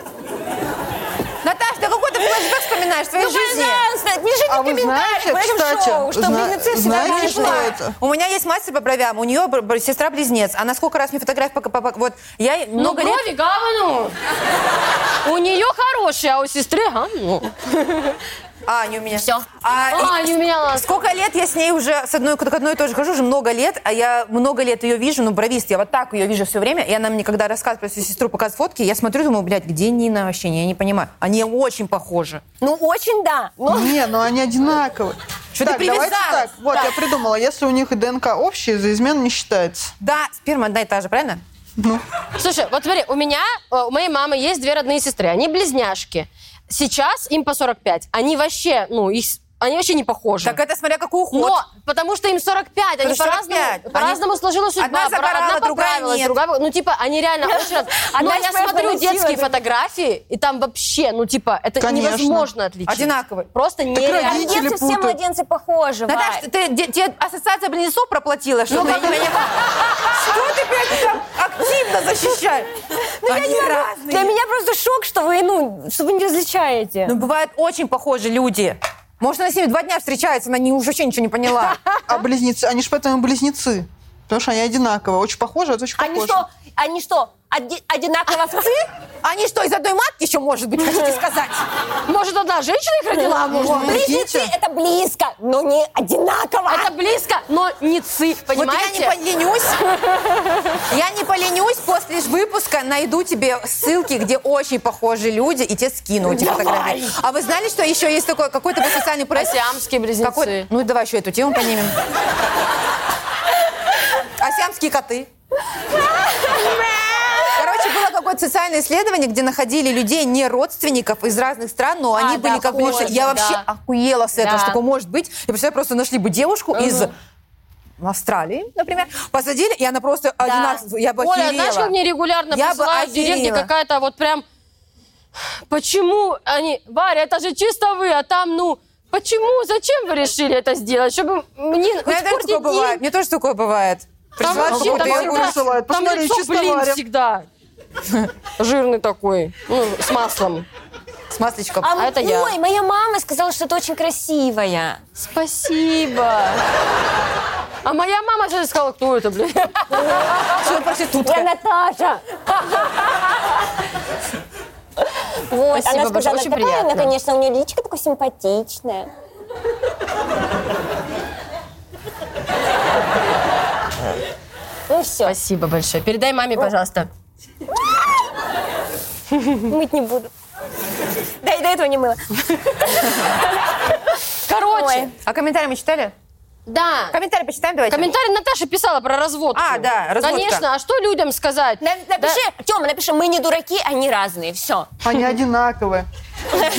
Наташ, да какой ты всегда вспоминаешь в твоей
Ну,
жизни?
пожалуйста, пишите
А
в
вы
комментариях
знаете,
в этом
кстати,
шоу, что
зна-
близнецы всегда
знаете,
были
что
плохо.
это?
У меня есть мастер по бровям, у нее бр- бр- сестра-близнец. Она сколько раз мне фотографии пока... пока- Вот, я ей
Ну,
много лет...
брови говно. У нее хорошие, а у сестры говно.
А, не у меня.
Всё.
А,
А,
и-
не у меня ласка.
Сколько лет я с ней уже с одной к к одной и той же хожу, уже много лет, а я много лет ее вижу, ну, бровист, я вот так ее вижу все время, и она мне когда рассказывает про свою сестру, показывает фотки, я смотрю, думаю, блядь, где Нина вообще, я не понимаю. Они очень похожи.
Ну, очень да. но-
Не, ну они одинаковые.
Что
так,
ты
давайте
привязалась?
так. Вот, я придумала. Если у них и ДНК общие, за измен не считается.
Да, сперма одна и та же, правильно?
Слушай, вот смотри, у меня, э, у моей мамы есть две родные сестры. Они близняшки. Сейчас им по 45. Они вообще, ну, их, с- они вообще не похожи.
Так это смотря какой уход.
Но, потому что им 45, они
Потому что
по-разному
45.
по-разному сложилась судьба.
Одна
Пора-
загорала,
одна
другая
поправилась,
нет.
другая... Ну, типа, они реально очень... раз- Но
Одна
я
из моих
смотрю
заносила,
детские
да.
фотографии, и там вообще, ну, типа, это
Конечно.
невозможно отличить.
Одинаковые.
Просто нереально.
родители
Младенцы, Э, все
путают.
младенцы похожи,
Наташ,
Варь.
ты, ты- тебе ассоциация близнецов проплатила, что ли? Ну, Я не понимаю. Что ты, блядь, там активно защищаешь? Ну, Они разные.
Для меня просто шок, что вы, ну, что вы не различаете.
Ну, бывают очень похожие люди. Может, она с ними два дня встречается, она не, уже вообще ничего не поняла.
А близнецы, они же поэтому близнецы. Потому что они одинаковые. Очень похожи, а это очень
они
похожи.
что, они что, оди- одинаково овцы?
Они что, из одной матки еще, может быть, хотите сказать?
Может, одна женщина их родила, а может,
Прикиньте.
Близнецы это близко, но не одинаково.
Это близко, но не ци,
Вот я
понимаете?
не поленюсь. Я не поленюсь, после выпуска найду тебе ссылки, где очень похожие люди, и тебе скину эти фотографии. А вы знали, что еще есть такой какой-то был социальный проект?
Сиамские близнецы.
Какой? Ну, давай еще эту тему поднимем. Асиамские коты. Короче, было какое-то социальное исследование, где находили людей, не родственников из разных стран, но они
А,
были
да,
как лучше.
похожи,
Я вообще
да.
охуела с этого,
Да.
что такое может быть. И представляю, просто нашли бы девушку из Австралии, например, посадили, и она просто одинаково. Я бы
Оля,
охерела.
а знаешь, как мне регулярно
Я бы
присылают в директе
охерела.
какая-то вот прям... Почему они... Варя, это же чисто вы, а там, ну... Почему? Зачем вы решили это сделать? Чтобы мне
У меня тоже Ну, такое
испортить
бывает.
день?
Мне тоже такое бывает.
Там
Присылают
вообще
какую-то
там
я
всегда-
ерунду.
вырисовала.
там
Посмотри,
лицо
чисто
блин
Варя.
всегда. Жирный такой. Ну, с маслом.
с масличком.
а это я.
Ой, моя мама сказала, что ты очень красивая.
Спасибо. А моя мама сейчас сказала, кто это, блядь?
Что, проститутка?
Я Наташа. Вот,
Спасибо
она сказала,
большое, очень
такая она,
приятно.
конечно, у нее личико такое симпатичное. Ну все,
Спасибо большое. Передай маме, пожалуйста.
мыть не буду. Да и до этого не мыла.
Короче,
Ой.
А комментарии мы читали?
да.
Комментарии почитаем давайте.
Комментарий Наташа писала про разводку.
А, да, разводка.
Конечно, а что людям сказать?
На- Напиши, Тёма, напиши, мы не дураки, они разные, все.
Они одинаковые.
Да,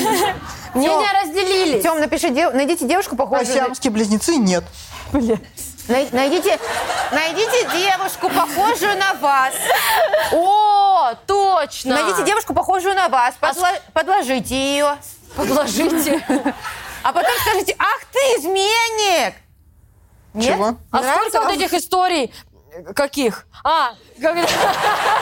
мнения разделились.
Тем, напиши, дев- найдите девушку
А
похожую. на-
сиамские близнецы нет.
най- Найдите, найдите девушку похожую на вас.
О, точно.
Найдите девушку похожую на вас. подло- Подложите ее.
Подложите.
А потом скажите, ах ты изменник! Нет?
Чего?
А
Нравится
сколько вот
вам?
этих историй э, каких? А, когда,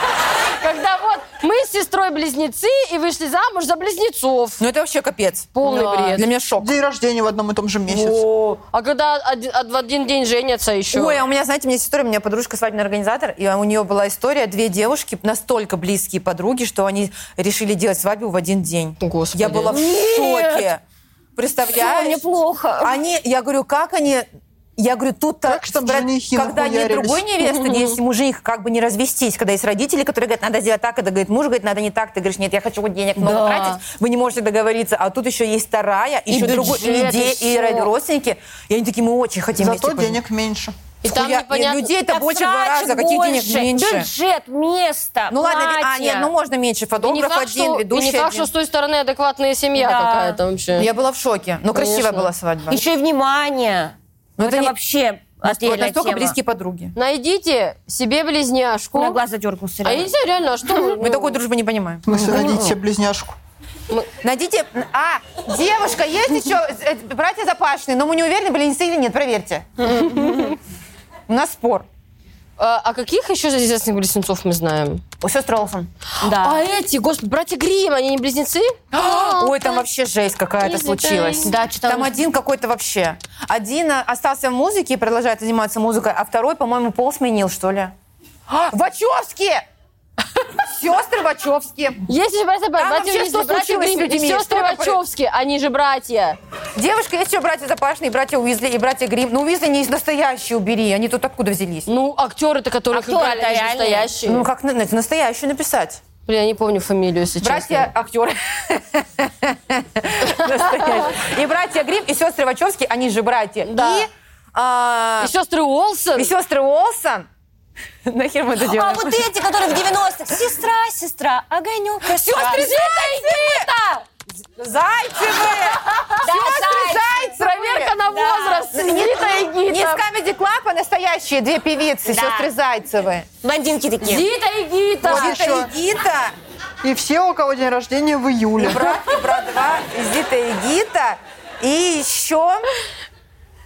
когда вот мы с сестрой близнецы и вышли замуж за близнецов.
Ну это вообще капец.
Полный
Да.
бред.
Для меня шок.
День рождения в одном и том же месяце.
О, а когда один- од- в один день женятся еще.
Ой, а у меня, знаете, у меня есть история, у меня подружка свадебный организатор, и у нее была история, две девушки, настолько близкие подруги, что они решили делать свадьбу в один день.
Господи.
Я была в шоке. Представляешь?
Всё, мне плохо.
Они, я говорю, как они... Я говорю, тут
Как ж там женихи
когда нет
нахуярились?
другой невесты, есть ему жених, как бы не развестись, когда есть родители, которые говорят, надо сделать так, когда говорит муж, говорит, надо не так, ты говоришь, нет, я хочу вот денег много
Да.
тратить, вы не можете договориться, а тут еще есть вторая, еще другой, и,
бюджет,
де-
и
и
всё.
родственники, и они такие, мы очень хотим
Зато
вместе пожить».
денег меньше.
и там
Хуя-
непонятно.
людей это
Так
больше в два
срачек
раза, каких денег
больше,
меньше.
Бюджет, место,
Ну ладно, ведь- а,
платье.
нет, ну можно меньше.
И не
Фотограф
факт,
один,
что, и
ведущий
не факт,
один.
что с той стороны адекватная семья
Да.
какая-то вообще.
Я была в шоке. Но красивая
Конечно.
была свадьба.
Еще и внимание.
Ну,
это
это не-
вообще
Вот
отдельная
настолько
тема.
близкие подруги.
Найдите себе
У
близняшку.
меня глаз задергался.
А я не знаю, реально, а что?
Мы
ну,
такой дружбы не понимаем.
В смысле, найдите себе близняшку.
Найдите... А, девушка, есть еще э, братья Запашные, но мы не уверены, близнецы или нет, проверьте. У нас спор.
А, а каких еще известных близнецов мы знаем?
У сестры Олсон.
А эти, господи, братья Грим, они не близнецы?
Ой, там вообще жесть какая-то случилась.
Да, читала.
Там один какой-то вообще. Один э, остался в музыке и продолжает заниматься музыкой, а второй, по-моему, пол сменил, что ли. А, Вачовски! Сестры Вачовски.
Есть же братья, братья,
вообще
Близнецы,
что
братья
случилось с
Грим и
людьми?
сестры
Что такое?
Вачовски, они же братья.
Девушка, есть еще братья Запашные, и братья Уизли, и братья Грим. Ну, Уизли не из настоящие убери, они тут откуда взялись?
Ну, актеры-то, которых
Актеры-то
играли, они же
реальные.
настоящие.
Ну, как на- на- настоящую написать?
Блин, я не помню фамилию, если
Братья
честно.
актеры. Настоящие. И братья Грим, и сестры Вачовски, они же братья.
Да.
И а,
И сестры Уолсон.
и сестры Уолсон. Нахер мы это
А
делаем?
вот эти, которые в 90-х. Сестра, сестра, огонек.
а Сестры
Да,
Зайцевы! Сестры Зайцевы!
Проверка на возраст. Зита и
Не с
Гита.
Comedy Club, а настоящие две певицы,
Да.
сестры Зайцевы.
Блондинки такие.
Зита и Гита.
Зита и Гита,
И все, у кого день рождения в июле.
брат и брат два, и Зита и Гита, и еще...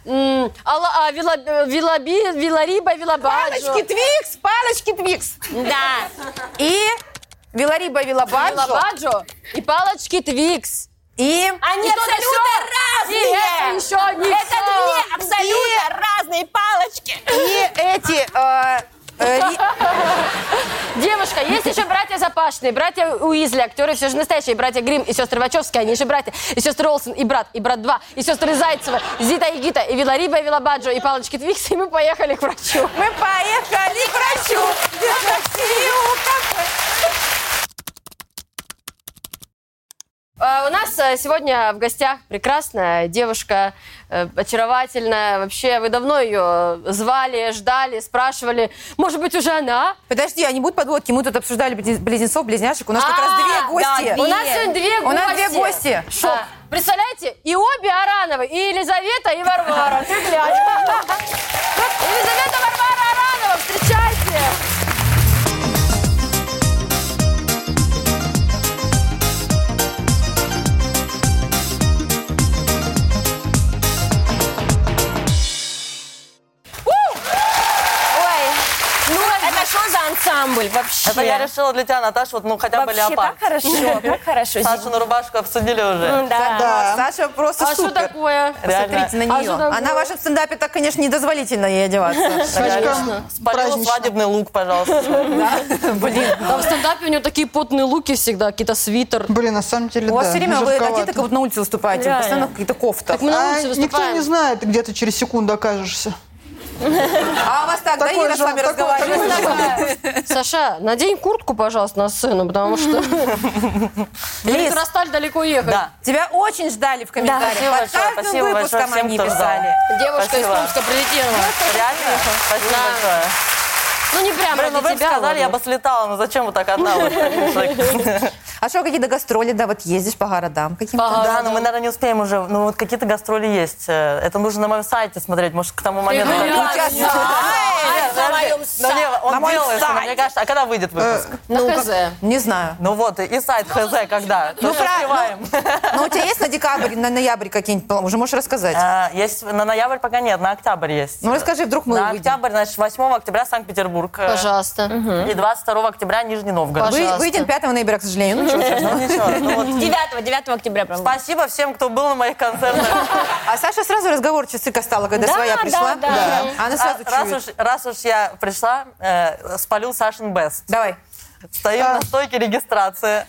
М, Алла- а, Вила- Вилаби, Вилариба, Вилабаджо.
Палочки Твикс, палочки Твикс.
Да.
И Вилариба Вилабаджо,
Вилабаджо и палочки Твикс.
и...
Они
И то, да сё.
абсолютно
И это
разные.
еще не
Это
всё.
две абсолютно разные палочки.
И эти... э, э, Ри-
Девушка, есть еще братья Запашные, братья Уизли, актеры все же настоящие, братья Грим и сестры Вачовски, они же братья, и сестры Олсен, и брат, и брат 2, и сестры Зайцева, Зита и Гита, и Вилариба, и Вилабаджо, и палочки Твикс, и мы поехали к врачу.
Мы поехали к врачу. Где красиво, как
А, У нас э, сегодня в гостях прекрасная девушка, э, очаровательная. Вообще, вы давно ее звали, ждали, спрашивали. Может быть, уже она?
Подожди, а не будет подводки? Мы тут обсуждали близ- близнецов, близняшек. У нас как раз две
А,
гости.
да,
У нас сегодня две
У
гости.
нас две гости.
Шок. А, Представляете? И обе Арановы. И Елизавета, и Варвара. Ты глянь. Елизавета, Варвара Аранова. Встречайте.
Ой, ну это что за ансамбль вообще?
Это я решила для тебя, Наташа, вот ну хотя бы
Вообще
леопард.
так Ну, хорошо, как хорошо.
Сашину рубашку обсудили уже.
М, Да.
Да.
Саша просто
А что
супер.
такое?
Реально.
Смотрите на нее.
что такое?
Она в вашем стендапе так, конечно, недозволительно ей одеваться.
Слишком
Спалила
празднично.
свадебный лук, пожалуйста.
Там в стендапе у нее такие потные луки всегда, какие-то свитер.
Блин, на самом деле,
У вас
да,
все время вы
жутковато.
одеты, как будто на улице выступаете. Вы Постоянно в каких-то кофтах.
мы на
А
улице
никто
выступаем.
не знает, где ты через секунду окажешься.
А у вас так, да,
Такой
Ира с
же-
вами
такой- такой
разговаривает?
же-
Саша, надень куртку, пожалуйста, на сцену, потому что...
Лиз.
Лиз, Расталь далеко ехать.
Да.
Тебя очень ждали в комментариях.
Спасибо
Под
большое,
каждым
спасибо
выпуском
большое всем,
они
кто ждал.
писали.
Девушка из
Спасибо.
Томска прилетела.
Реально? Спасибо
Да.
большое.
Ну, не прямо
Блин, ну
для
вы бы
тебя.
сказали, я
ладно.
бы слетала, ну зачем вы так одна? вот такой человек?
А что, какие-то гастроли, да, вот ездишь по городам каким-то?
Да, но мы, наверное, не успеем уже. Ну вот какие-то гастроли есть. Э, Это нужно на моем сайте смотреть, может, к тому моменту.
Ты
как-
гуляй.
Сейчас.
Нет, подожди. Ну, не,
На
он
моем
делается, но мне
сайте.
кажется. А когда выйдет выпуск?
Ну,
как-
хз.
Не знаю.
Ну вот, и- и сайт ХЗ когда? Ну,
правильно.
успеваем.
Но ну, у тебя есть на декабрь, на ноябрь какие-нибудь планы? Уже можешь рассказать.
А, Есть на ноябрь пока нет, на октябрь есть.
Ну, расскажи, вдруг мы
на
выйдем.
октябрь, значит, 8 октября Санкт-Петербург. э,
Пожалуйста.
И 22 октября Нижний Новгород.
Пожалуйста.
Вы, выйдем 5 ноября, к сожалению. Ну, ничего страшного.
Ну, ничего. Ну, вот.
9, 9 октября, правда.
Спасибо всем, кто был на моих концертах.
А Саша сразу разговорчик стала, когда
Да,
своя
да,
пришла.
да.
Она сразу
А, раз,
чует.
уж, раз уж я пришла, э, спалил Сашин Бест.
Давай.
Стоим
А.
на стойке регистрации.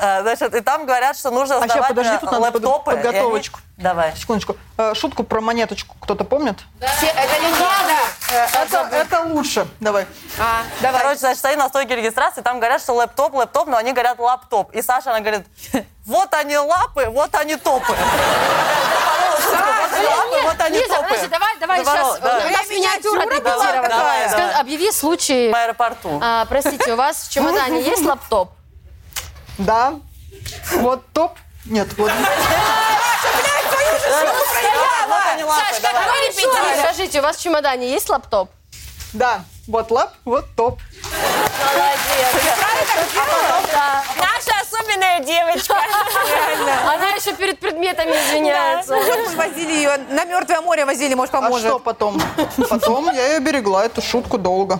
Э, Значит, и там говорят, что нужно
щас,
сдавать
А подожди,
э,
тут надо под-
лэптопы. и они-
подготовочку.
Давай.
Секундочку. Э, Шутку про монеточку кто-то помнит?
Все- это не надо.
Это, это лучше. Давай.
А, давай.
Короче, значит, стоим на стойке регистрации, там говорят, что лэптоп, лэптоп, но они говорят лаптоп. И Саша, она говорит, вот они лапы, вот они топы. Вот они лапы, ну вот они
Лиза, подожди,
топы.
давай, давай
Наоборот,
сейчас.
да.
Ну,
У нас миниатюра
была такая.
Скажи, Объяви случай.
В аэропорту.
А, простите, у вас в чемодане есть лаптоп?
Да. Вот топ. Нет, вот.
Вот они лапы, давай.
Вы репетируете. Скажите, у вас в чемодане есть лаптоп?
Да. Вот лап, вот топ.
Молодец.
Наша особенная девочка.
Она еще перед предметами извиняется.
А Возили ее, на Мертвое море возили, может,
А
поможет.
что потом? Потом я ее берегла, эту шутку долго.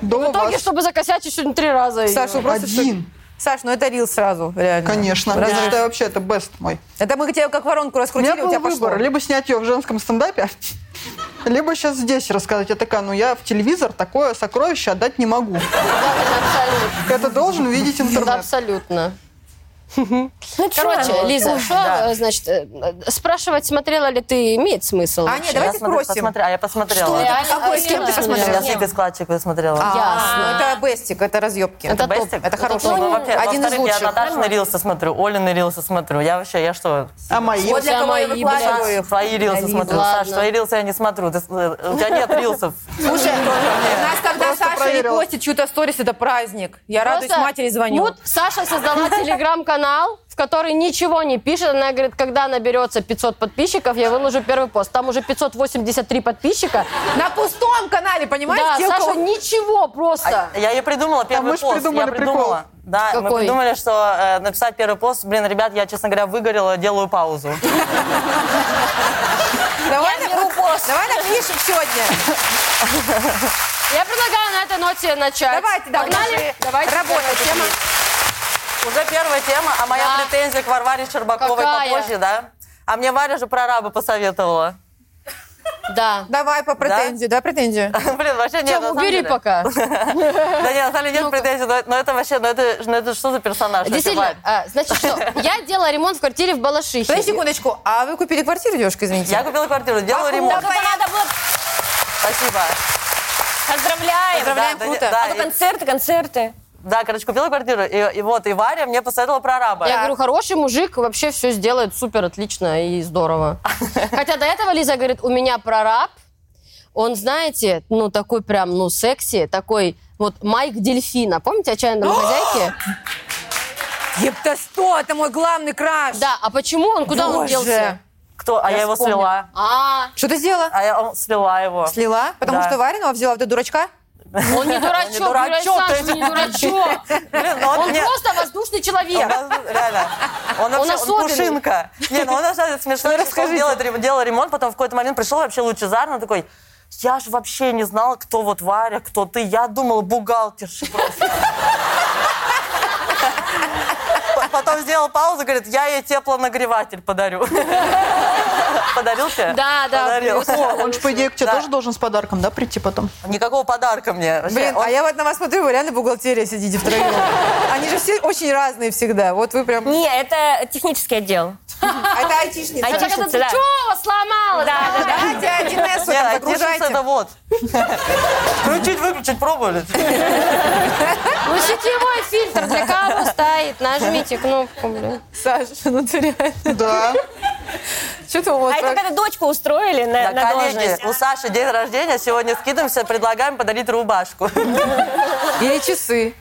До
В итоге,
вас.
чтобы закосячить еще не три раза ее.
Сашу просто... что-
Один.
Саш, ну это рил сразу, реально.
Конечно.
Раз-
Я считаю, вообще это бест мой.
Это мы тебя как воронку
У
раскрутили,
меня
у
был
тебя
выбор.
пошло.
Либо снять ее в женском стендапе, либо сейчас здесь рассказать. Я такая, ну я в телевизор такое сокровище отдать не могу.
Абсолютно.
Это должен видеть интернет.
Абсолютно.
Ну,
Короче,
чё?
Лиза, что, э, значит, э, э, спрашивать, смотрела ли ты, имеет смысл?
А, нет, давайте
Я смотрю,
спросим.
посмотрю. А я посмотрела.
Что ну, это?
Реально,
Какой, с кем ты
реально.
посмотрела?
Я с Игой складчик посмотрела.
А, ну это бестик, это разъебки.
Это
Бестик?
топ.
Это хороший.
Ну, во-первых,
Один из
во-вторых,
лучших.
Я Наташины рилсы смотрю, Олины рилсы смотрю. Я вообще, я что,
А мои?
Вот для
Все
кого я
мои,
выкладываю
блядь.
их.
свои рилсы смотрю?
Ладно.
Саш, твои рилсы я не смотрю. Ты с- э, У тебя нет рилсов.
Слушай, у нас когда Саша
проверила.
репостит чью-то сторис, это праздник. Я радуюсь,
Просто
матери звоню.
Вот Саша создала телеграм-канал, в который ничего не пишет. Она говорит, когда наберется 500 подписчиков, я выложу первый пост. Там уже 583 подписчика.
На пустом канале, понимаешь?
Да,
Те, у кого- А, э,
Саша, ничего просто.
Я ей придумала первый
мы ж
пост.
придумали
я придумала.
прикол.
Да, мы
Какой?
придумали, что э, написать первый пост. Блин, ребят, я, честно говоря, выгорела, делаю паузу.
Давай, на... Давай напишем сегодня.
Я предлагаю на этой ноте начать.
Давайте, да,
Погнали.
уже
Давайте.
работайте.
Тема.
Уже первая тема, а моя
Да.
претензия к Варваре Щербаковой
Какая?
попозже, да? А мне Варя же про раба посоветовала.
Да.
Давай по претензии, давай претензию.
Блин, вообще нет. на
Тему
самом
убери
деле.
пока.
Да нет, на самом деле нет
Ну-ка.
претензий, но- но это вообще, ну это ну это что за персонаж? вообще,
Действительно,
Варь?
а, значит что, я делала ремонт в квартире в Балашихе.
Подожди секундочку, а вы купили квартиру, девушка, извините?
Я купила квартиру, делаю ремонт.
Только надо было...
Спасибо.
Поздравляем.
Поздравляем,
да,
круто.
да,
А то концерты, концерты.
Да, короче, купила квартиру, и, и вот, и Варя мне посоветовала про раба.
Я говорю, хороший мужик, вообще все сделает супер, отлично и здорово. Хотя до этого Лиза говорит, у меня прораб, он, знаете, ну такой прям, ну секси, такой вот Майк Дельфина. Помните «Отчаянные домохозяйки»?
Епта что, это мой главный краш.
Да, а почему он, куда он
Боже.
делся?
Кто? А я, его
вспомнила.
слила.
А,
Что ты сделала?
А я о, слила его.
Слила? Потому
Да.
что Варинова взяла вот этого дурачка?
он не дурачок, Юрий
дурачок, то
Александрович,
есть-
он не дурачок.
Блин, ну он
Он
мне-
просто воздушный человек.
Он, реально. Он вообще он
особенный.
пушинка. Не, ну он на самом деле смешной. чувак, Он делает рем- делал ремонт, потом в какой-то момент пришел вообще лучезарно такой, я же вообще не знал, кто вот Варя, кто ты. Я думала, бухгалтерша просто. Потом сделал паузу, говорит, я ей теплонагреватель подарю. Подарил тебе?
Да, да,
Подарил.
Он же, по идее, к тебе
Да.
тоже должен с подарком, да, прийти потом?
Никакого подарка мне. Вообще,
Блин,
он-
а я вот на вас смотрю, вы реально бухгалтерия сидите втроем. Они же все очень разные всегда. Вот вы прям...
Не, это технический отдел.
А это айтишница.
Так это
Айтишница, да.
чё у вас сломалось?
Давайте 1С
Нет,
там
айтишница это
загружайте.
вот. Включить, выключить, пробовали.
Ну сетевой фильтр для кого стоит? Нажмите кнопку, блин.
Саша, ну ты реально...
Да.
Что ты у вас
А это
так?
когда дочку устроили на,
Да,
на
коллеги,
должность.
у Саши день рождения, сегодня скидываемся, предлагаем подарить рубашку.
Или часы.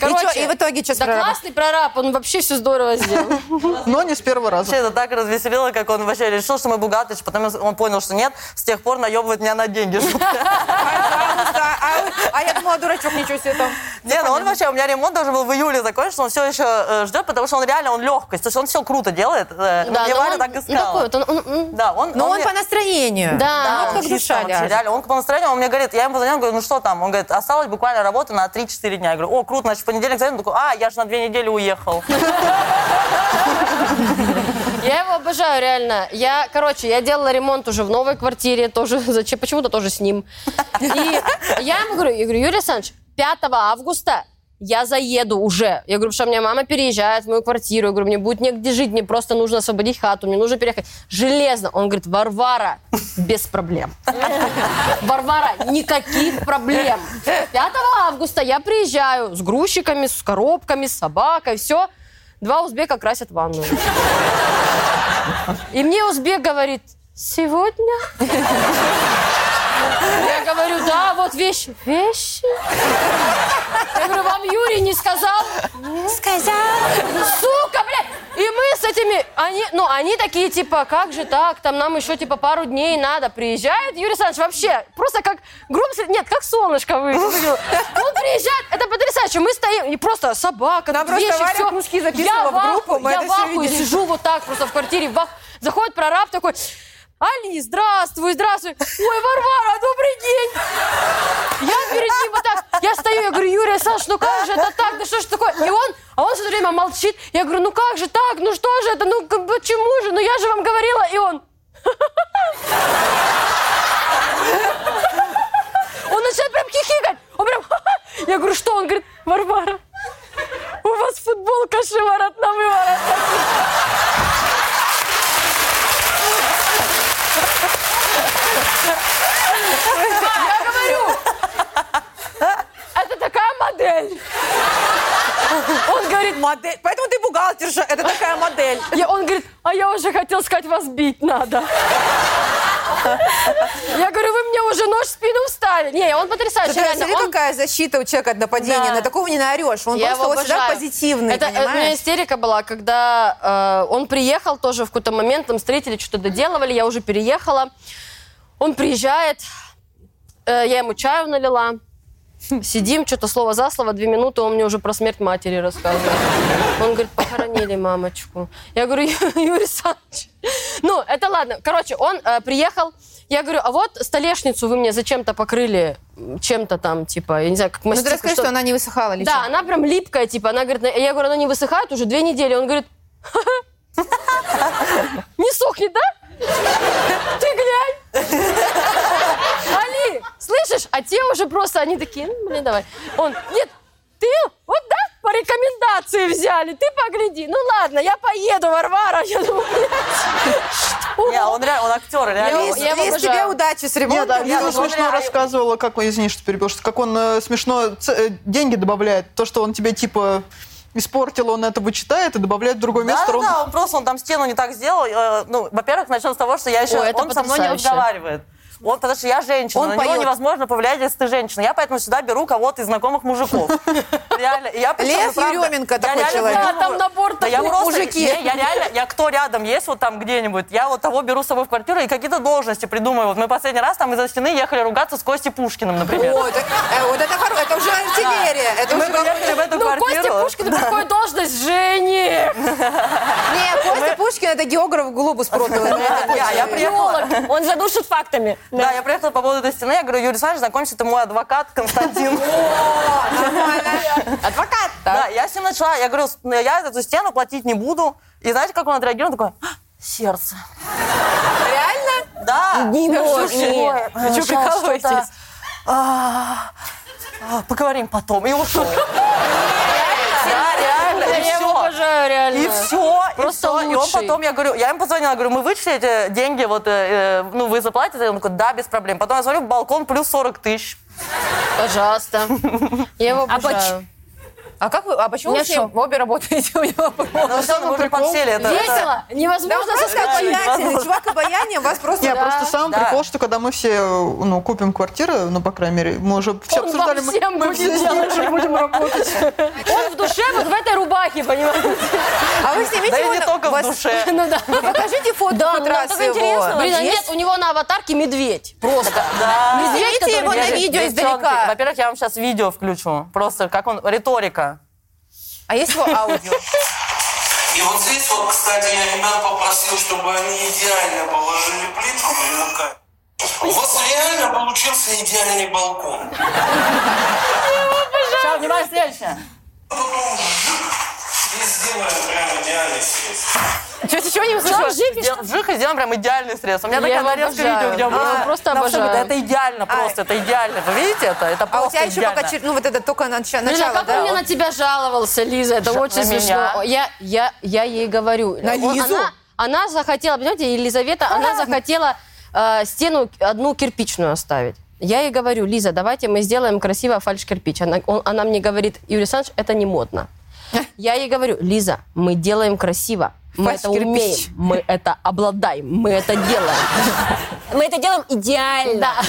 Короче, и, чё, и в итоге что
да классный прораб, он вообще все здорово сделал.
Но не с первого раза.
Вообще это так развеселило, как он вообще решил, что мы бухгалтерши, потом он понял, что нет, с тех пор наебывает меня на деньги.
Пожалуйста. А, вы- а я думала, дурачок, ничего себе там.
Не, ну он вообще, у меня ремонт должен был в июле закончиться, он все еще ждет, потому что он реально, он легкость, то есть он все круто делает. э,
Да,
Мне
но
Варя
он-
так
ну,
искала.
такой вот, он- он- Ну, он-
Да, он,
Но он
мне-
по настроению.
Да,
как
чисто
душа
вообще,
ляжет.
реально, он по настроению, он мне говорит, я ему позвонила, говорю, ну что там? Он говорит, осталось буквально работа на 3-4 дня. Я говорю, о, круто, значит, в понедельник зайду. Он такой, а, я же на две недели уехал.
я его обожаю, реально. Я, короче, я делала ремонт уже в новой квартире, тоже зачем, почему-то тоже с ним. И я ему говорю, я говорю, Юрий Александрович, 5 августа я заеду уже. Я говорю, потому что у меня мама переезжает в мою квартиру. Я говорю, мне будет негде жить, мне просто нужно освободить хату, мне нужно переехать. Железно. Он говорит, Варвара, без проблем. Варвара, никаких проблем. 5 августа я приезжаю с грузчиками, с коробками, с собакой, все. Два узбека красят ванную. И мне узбек говорит, сегодня? Я говорю, говорю, да, вот вещи. Вещи? Я говорю, вам Юрий не сказал? Сказал. Сука, блядь! И мы с этими, они, ну, они такие, типа, как же так, там нам еще, типа, пару дней надо. Приезжает Юрий Александрович вообще, просто как грубо, сре- нет, как солнышко вы- выглядело. Он приезжает, это потрясающе, мы стоим, и просто собака,
Нам
тут
просто
вещи,
Варя
всё.
кружки записывала
Я
в группу,
ахуе,
мы это
Я в
всё
ахуе
видели.
сижу вот так просто в квартире, в ах- заходит прораб такой, Али, здравствуй, здравствуй. Ой, Варвара, добрый день. Я перед ним вот так, я стою, я говорю, Юрий Александрович, ну как же это так, да что ж такое? И он, а он все время молчит. Я говорю, ну как же так, ну что же это, ну как- почему же, ну я же вам говорила. И он... Он начинает прям хихикать. Он прям... Я говорю, что? Он говорит, Варвара, у вас футболка шиворот на выворот. Я говорю, это такая модель. Он говорит,
Модель. Поэтому ты бухгалтерша, это такая модель.
я- он говорит, а я уже хотел сказать, вас бить надо. Я говорю, вы мне уже нож в спину вставили. Не, он потрясающий,
Смотри,
реально. Он
какая защита у человека от нападения.
Да.
На такого не наорешь. Он
Я
просто
его
вот всегда
обожаю.
позитивный,
Это э, у меня
понимаешь?
истерика была, когда э, он приехал тоже в какой-то момент, там строители что-то доделывали, я уже переехала. Он приезжает, э, я ему чаю налила, сидим, что-то слово за слово, две минуты, он мне уже про смерть матери рассказывает. Он говорит, похоронили мамочку. Я говорю, «Ю- Юрий Александрович, ну, это ладно. Короче, он э, приехал, я говорю, а вот столешницу вы мне зачем-то покрыли м, чем-то там, типа, я не знаю, как
Ну ты
мастер.
расскажи, что она не высыхала лично.
Да, она прям липкая, типа, она говорит, на- я говорю, она не высыхает уже две недели. Он говорит, не сохнет, да? Ты глянь. Али, слышишь? А те уже просто, они такие, ну, блин, давай. Он, нет, ты вот да, по рекомендации взяли, ты погляди. Ну ладно, я поеду, Варвара. Я думаю, блядь, что?
Не, а он реально, он актер, реально.
Я-
Лиз,
я его
Лиз,
обожаю.
тебе удачи с
Нет,
ремонтом.
Лиза
ну,
смешно
я-
рассказывала, как он, извини, что перебил, что как он э, смешно ц- э, деньги добавляет. То, что он тебе, типа, испортил, он это вычитает и добавляет в другое
Да,
место.
да,
ровно-
да, он просто, он там стену не так сделал. э, Ну, во-первых, начнем с того, что я еще,
Ой, это
он со мной не
потрясающе.
разговаривает. Вот, потому что я женщина,
Он
на
поет.
него невозможно повлиять, если ты женщина. Я поэтому сюда беру кого-то из знакомых мужиков. Реально. и Я, причем,
Лев
ну, правда,
Еременко
я
такой
реально
человек.
Да, там набор
Да я
такой,
просто-
мужики.
Не, я реально, я кто рядом есть вот там где-нибудь, я вот того беру с собой в квартиру и какие-то должности придумаю. Вот мы последний раз там из-за стены ехали ругаться с Костей Пушкиным, например.
О, это- э, вот это хоро- это уже артиллерия. Это
Мы
уже как-
приехали в эту
Ну, Костя
квартиру.
Пушкин, какой должность? Жених!
Не, Костя Пушкин это географ глобус продал.
Я, я приехала.
Он задушит фактами.
Да, я приехала по поводу этой стены, я говорю, Юрий Александрович, знакомься, это мой адвокат Константин.
Адвокат.
Да, я с ним начала, я говорю, «Ну, я эту стену платить не буду. И знаете, как он отреагировал? Он такой, «А, сердце.
Реально?
Да.
Не может.
Ой,
Нет.
э, щас
прикалываетесь?
что-то, а, а, Поговорим потом. И ушел. Да, реально.
Я
И
его
всё.
обожаю, реально.
И все,
Просто
и все. И он
лучший.
потом, я говорю, я ему позвонила, говорю, мы вычли эти деньги, вот, э, э, ну, вы заплатите? Он такой, да, без проблем. Потом я звоню, балкон плюс 40 тысяч.
Пожалуйста. Я его
А поч-
обожаю.
А как вы, а почему
Я
вы с ним
шо?
обе работаете у него?
Ну, что, мы уже подсели. это-
Весело.
Да он
Невозможно
просто
соскочить.
обаятельный. Чувак обаянием вас просто...
Не, просто сам
да.
прикол, что когда мы все, ну, купим квартиры, ну, по крайней мере, мы уже все
Он
обсуждали,
вам
мы,
всем
мы
будет
все с ним
делать.
же будем работать.
Он в душе вот в этой рубахе, понимаете?
А вы снимите
Да и
его
не
на-
только в
вас-
душе.
Ну да. ну,
Покажите фото да,
нам так интересно.
Блин, а нет, у него на аватарке медведь. Просто.
Да.
Медведь,
Снимите его
который
на
бежит.
видео
Девчонки,
издалека.
Во-первых, я вам сейчас видео включу. Просто как он, риторика.
А есть его аудио?
И вот здесь вот, кстати, я ребят попросил, чтобы они идеально положили плитку наверняка. У вас реально получился идеальный балкон.
Сейчас, внимание, следующее.
Потом жик, и сделаем прям идеальный срез.
Чего, чего не
Слушай,
услышала?
сдел- Вжих и сделаем прям идеальный срез. У меня
Я
такая
его
нарезка
обожаю.
видео, где
Я
А,
он
его
просто-
просто
на всем-
обожаю.
Это идеально просто, это идеально. Вы видите это? Это
А у
просто
тебя еще пока...
идеально.
чер- Ну вот это только нач-
Блин, а
начало,
как он мне
да?
на тебя жаловался, Лиза? Это
Жа-
очень
на меня?
смешно. О, Я, я, я ей говорю.
На
Он-
Лизу?
Она, она захотела, понимаете, Елизавета, она захотела э, стену одну кирпичную оставить. Я ей говорю, Лиза, давайте мы сделаем красиво фальш-кирпич. Она, он- она мне говорит, Юрий Александрович, это не модно. Я ей говорю, Лиза, мы делаем красиво. Мы это
Фальш-кирпич.
умеем, мы это обладаем, мы это делаем.
Мы это делаем идеально.
Да.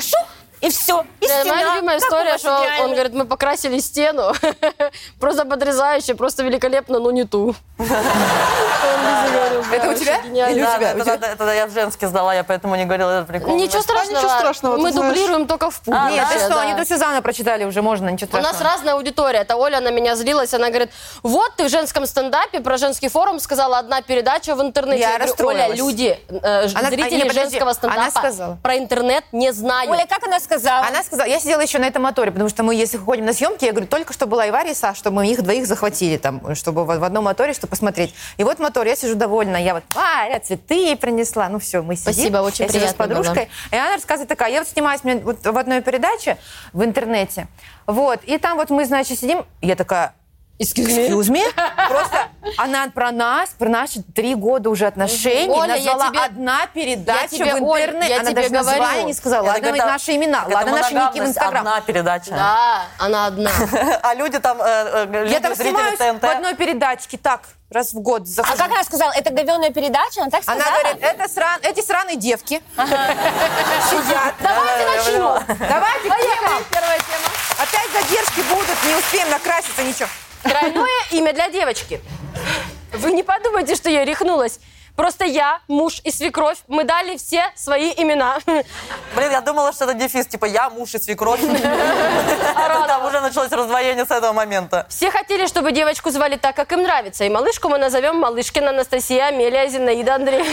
Шух, И
моя,
ну, а
моя
стена.
любимая
Как у
история,
вас
что
идеально?
он говорит, мы покрасили стену. Просто потрясающе, просто великолепно, но не ту. Это
у тебя?
Да,
Или у
да,
тебя?
это
У тебя-
надо- это я в женский сдала, я поэтому не говорила этот прикол.
Ничего страшного.
ничего страшного,
Мы
ты знаешь.
дублируем только в пух.
Нет, А, ты
вообще,
что,
да.
они тут Сюзанну прочитали уже, можно, ничего
У
страшного.
нас разная аудитория. Это Оля на меня злилась. Она говорит, вот ты в женском стендапе про женский форум сказала одна передача в интернете.
Я
говорю,
расстроилась.
Оля, люди, э, ж-
Она- а,
зрители
не, подожди,
женского
она
стендапа
сказала?
про интернет не знают.
Оля, как она сказала?
Она сказала, я сидела еще на этом моторе, потому что мы, если ходим на съемки, я говорю, только что была и Варя, и Саша, чтобы мы их двоих захватили там, чтобы в, в одном моторе, чтобы посмотреть. И вот мотор, я сижу довольна, я вот, Варя, цветы ей принесла, ну все, мы сидим.
Спасибо, очень
я сижу с
приятно было.
подружкой, и она рассказывает такая, я вот снимаюсь мне вот в одной передаче в интернете, вот, и там вот мы, значит, сидим, я такая,
Excuse me.
Excuse me? Просто она про нас, про наши три года уже отношений
Оля, я
назвала
тебе-
одна передача
тебе,
в
Оль,
интернете.
я
она
тебе
даже название
говорю.
не сказала.
Это
Ладно,
когда-
наши имена,
это
ладно, наши ники в
моногамность,
Инстаграм.
Одна передача.
Да, она одна.
А люди там, э, э, люди,
Я там
зрители
снимаюсь
ТНТ.
в одной передачке, так, раз в год
А
захожу.
как она сказала? Это говенная передача? Она так сказала?
Она говорит, это сран... эти сраные девки. Сидят.
Давайте начнем.
Давайте тема. Первая тема. Опять задержки будут, не успеем накраситься, ничего.
Тройное имя для девочки. Вы не подумайте, что я рехнулась. Просто я, муж и свекровь, мы дали все свои имена.
Блин, я думала, что это дефис, типа я муж и свекровь.
А
Это Там уже началось раздвоение с этого момента.
Все хотели, чтобы девочку звали так, как им нравится. И малышку мы назовем Малышкина, Анастасия, Амелия, Зинаида, Андрей.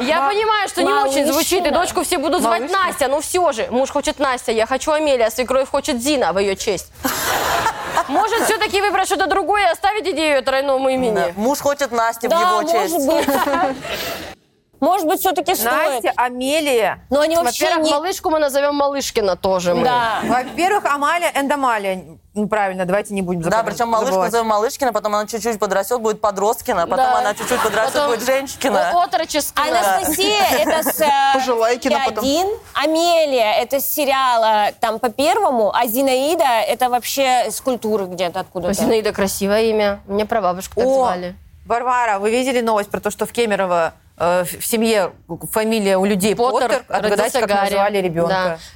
Я понимаю, что не очень
Малышкина.
звучит, и дочку все будут звать
Малышкина.
Настя, но все же. Муж хочет Настя, я хочу Амелия, а свекровь хочет Зина в ее честь. Может, все-таки выбрать что-то другое и оставить идею тройному имени?
Муж хочет Насте в
Да,
его
может
честь.
быть. Может быть, все-таки стоит.
Настя, Амелия.
Но они вообще
Во-первых,
не...
малышку мы назовем Малышкина тоже мы.
Да.
Во-первых, Амалия and Амалия. Ну, правильно, давайте не будем
Да,
запоминать-
причем малышку
забывать.
назовем Малышкина, потом она чуть-чуть подрастет, будет Подросткина, потом
Да.
она чуть-чуть подрастет,
Потом
будет Женщикина.
О- Отроческина.
Анастасия, это с э,
Пожелайкина потом.
«Один». Амелия, это с сериала там по первому, а Зинаида, это вообще с культуры где-то откуда-то.
Зинаида красивое имя. Мне прабабушку так
О,
звали.
Варвара, вы видели новость про то, что в Кемерово э, в в семье фамилия у людей Поттер, отгадайте,
родился
как
Гарри.
назвали ребенка.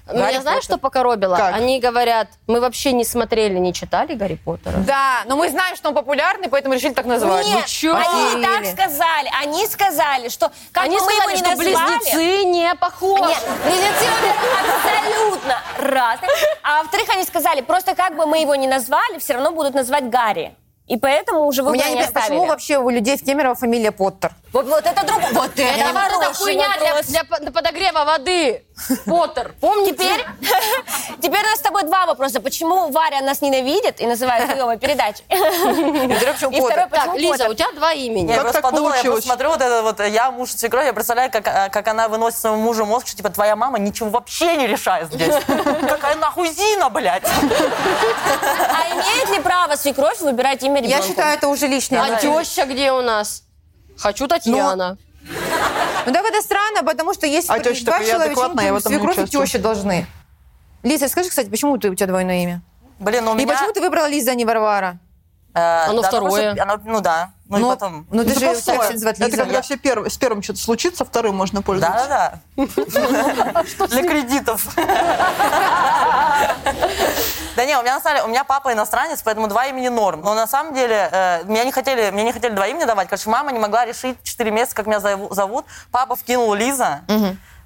Да. Ну,
Гарри
Меня знаешь,
Поттер.
что покоробило?
Как?
Они говорят, мы вообще не смотрели, не читали Гарри Поттера.
Да, но мы знаем, что он популярный, поэтому решили так назвать. Ну,
Нет, они не так
Охерели.
сказали. Они сказали, что как
Они
бы мы
сказали,
его не
что
назвали...
близнецы не похожи.
Нет, ну, близнецы, во-первых, абсолютно разные. А во-вторых, они сказали, просто как бы мы его не назвали, все равно будут назвать Гарри. И поэтому уже
У
выбора
меня не
не
понятно, почему
оставили.
вообще у людей в Кемерово фамилия Поттер.
Вот, вот это другое. Вот это,
Это вот эта
хороший
хуйня для,
вопрос.
для по- для подогрева воды. Поттер. Помните?
Теперь, теперь у нас с тобой два вопроса. Почему Варя нас ненавидит и называет хуевой передачей?
И вдруг почему
И второй,
Поттер?
Так,
почему
Лиза,
Поттер?
у тебя два имени.
Я
Как
просто
так
подумала, я
получилось?
просто смотрю вот это вот, э, я муж и свекровь, я представляю, как, э, как она выносит своему мужу мозг, что типа твоя мама ничего вообще не решает здесь. Какая нахуй Зина, блядь.
А имеет ли право свекровь выбирать имя ребенка?
Я считаю, это уже лишнее.
А теща где у нас? Хочу Татьяна.
Ну так это странно, потому что если
А
при-
теща-то
два
я
человека,
адекватная, я в этом не
свекровь и
участвую.
теща должны. Лиза, скажи, кстати, почему ты, у тебя двойное имя?
Блин, ну у
И
меня...
почему ты выбрала Лиза, а не Варвара?
Э,
Оно
да, потому
второе.
что оно- ну да, ну и
Ну,
потом.
Ну ты
Это
же
как
всех
второе.
всегда звать
Это
Лиза.
когда все перв- с первым что-то случится, вторым можно пользоваться.
Да-да-да. Для кредитов. Да не, у меня на самом деле, у меня папа иностранец, поэтому два имени норм. Но на самом деле, э, меня не хотели, мне не хотели два имени давать. Короче, мама не могла решить 4 месяца, как меня зову- зовут. Папа вкинул Лиза.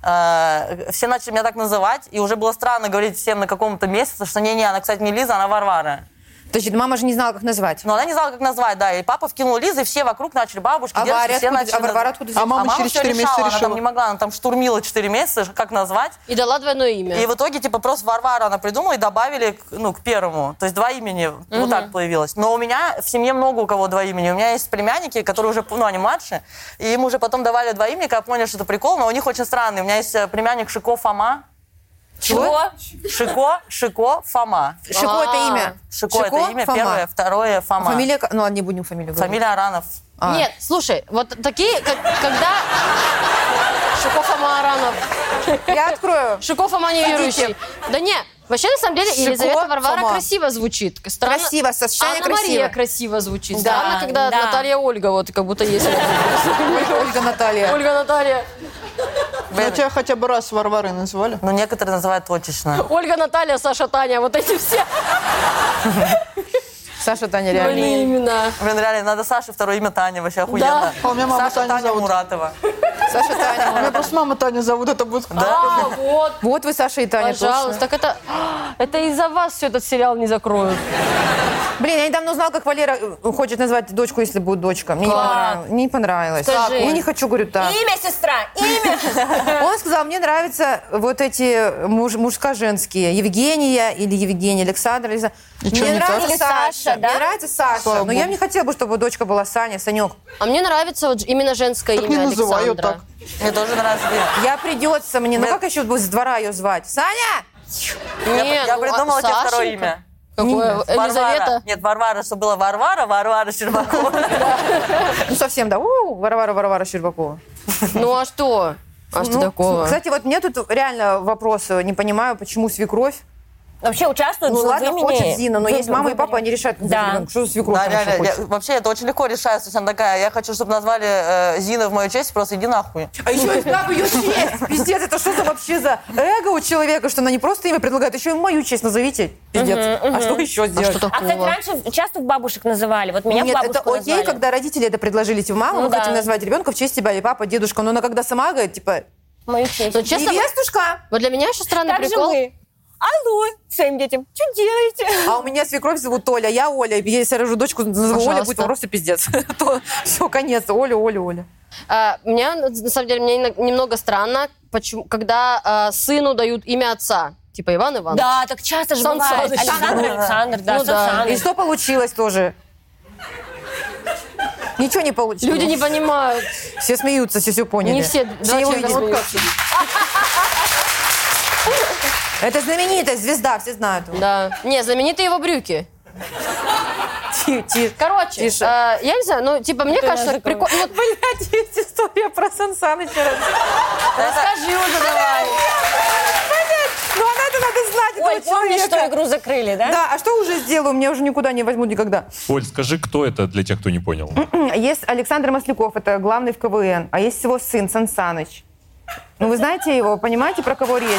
Э, Все начали меня так называть, и уже было странно говорить всем на каком-то месяце, что не-не, она, кстати, не Лиза, она Варвара.
Значит, мама же не знала, как назвать.
Но Ну, она не знала, как назвать, да. И папа вкинул Лизу, и все вокруг начали, бабушки,
А
дедушки,
Варя
все
откуда-
начали...
а Варвара
называть.
откуда
А
взялась?
мама
мама
через
всё
4 месяца
решала, она там
решила.
не могла, она там штурмила 4 месяца, как назвать.
И дала двойное
И
имя.
в итоге, типа, просто Варвара она придумала и добавили к, ну, к первому. То есть два имени вот так появилось. Но у меня в семье много у кого два имени. У меня есть племянники, которые уже, ну, они младше, и им уже потом давали два имени, когда поняли, что это прикол, но у них очень странные. У меня есть э, племянник Шико Фома.
Чего?
Шико, Шико Фома.
Шико это имя.
А. Шико, это имя
Фома.
первое, второе Фома.
Фамилия, ка- ну ладно, не будем фамилию говорить.
Фамилия Аранов.
А.
Нет, слушай, вот такие, как- когда... Шуков Амаранов.
Я открою.
Шуков Фома неверующий. Да не, вообще на самом деле
Шико
Елизавета Варвара
Фома.
красиво звучит. Странно-
Красиво, совершенно
Анна
красиво.
Мария красиво звучит.
Да,
Странно, когда
да.
Наталья Ольга, вот как будто есть.
Ольга Наталья.
Ольга Наталья.
Но Ну, тебя хотя бы раз Варварой называли?
Ну, некоторые называют точечно.
Ольга, Наталья, Саша, Таня, вот эти все
Саша, Таня, реально.
больные имена.
Блин, реально, надо Саше второе имя Таня, вообще охуенно.
А у меня мама
Саша
Таня
Таня
зовут.
Муратова.
Саша, Таня. Ну,
Меня просто мама Таня зовут, это будет...
А, вот,
Вот вы, Саша и Таня,
пожалуйста.
точно.
Так это, это из-за вас все этот сериал не закроют.
Блин, я недавно узнала, как Валера э, хочет назвать дочку, если будет дочка. Мне не понравилось. Не понравилось.
Скажи.
Я не хочу, говорю, так.
Имя, сестра, имя.
Он сказал, мне нравятся вот эти муж, мужско-женские. Евгения или Евгений, Александр. Алиса.
чё,
Мне
не
нравится
так?
Саша.
Саша, да?
Мне нравится Саша.
Слава
Но я бы не хотела бы, чтобы дочка была Саня, Санек.
А мне нравится вот именно женское
Так не
имя
называй её
Александра.
так.
Мне тоже нравится. имя.
Я придется мне. Ну
Да.
как я еще буду с двора ее звать? Саня!
Нет,
Я- Я
ну,
придумала тебе
Сашенька.
второе имя.
Какое?
Варвара.
Елизавета?
Нет, Варвара, что было Варвара, Варвара Щербакова.
Ну совсем, да. У, Варвара, Варвара Щербакова.
Ну а что? А что
Ну,
такого?
Кстати, вот мне тут реально вопрос. э, Не понимаю, почему свекровь.
Вообще участвует
Ну
в
ладно,
времени.
хочет Зина, но
Вы-
есть мама и
выборе.
папа, они решают, кто за
Да.
ребенка. что за свекровь
Да,
там вообще
реально.
хочет?
я- Вообще, это очень легко решается. То есть она такая, я хочу, чтобы назвали э, Зина в мою честь, просто иди нахуй.
А еще и как ее честь? Пиздец, это что за вообще за эго у человека, что она не просто имя предлагает, еще и мою честь назовите. Пиздец. А что еще
А
сделать?
что
А, кстати,
такого?
раньше часто в бабушек называли. Вот меня в
Нет,
бабушку
это окей,
назвали.
когда родители это предложили тебе, мама,
Ну
мы
да.
хотим назвать ребенка в честь тебя, и папа, дедушка. Но она когда сама говорит, типа,
Мою честь.
Ну честно,
невестушка,
вот для меня еще странный
Так же
прикол.
мы. Алло, своим детям, что делаете?
а у меня свекровь зовут Оля, я Оля. И Если я рожу дочку, назову Оля, будет
Пожалуйста.
просто пиздец. То все, конец. Оля, Оля, Оля.
А, меня, на самом деле, мне не- немного странно, почему, когда а, сыну дают имя отца. Типа Иван Иванович.
Да, так часто же
Сан
бывает.
Саныч.
Александр, Александр, да,
Ну
Сан
да.
Саныч.
И что получилось тоже? Ничего не получилось.
Люди не понимают.
Все смеются, все все поняли.
Не все.
Все
да,
его
честно,
видят.
вот как.
Это знаменитая звезда, все знают. его.
Да. Не, знаменитые его брюки.
Ти- ти-
Короче,
Тише.
а, я не знаю, ну, типа, мне кажется, так прикольно. Ну, вот
Блядь, есть история про Сан Саныча.
Расскажи уже давай.
Ну, она это надо знать, этого
Ой, помнишь,
человека.
что игру закрыли, да?
Да, а что уже сделаю? Меня уже никуда не возьмут никогда.
Оль, скажи, кто это для тех, кто не понял?
Есть Александр Масляков, это главный в КВН, а есть его сын Сан Саныч. Ну, вы знаете его, понимаете, про кого речь?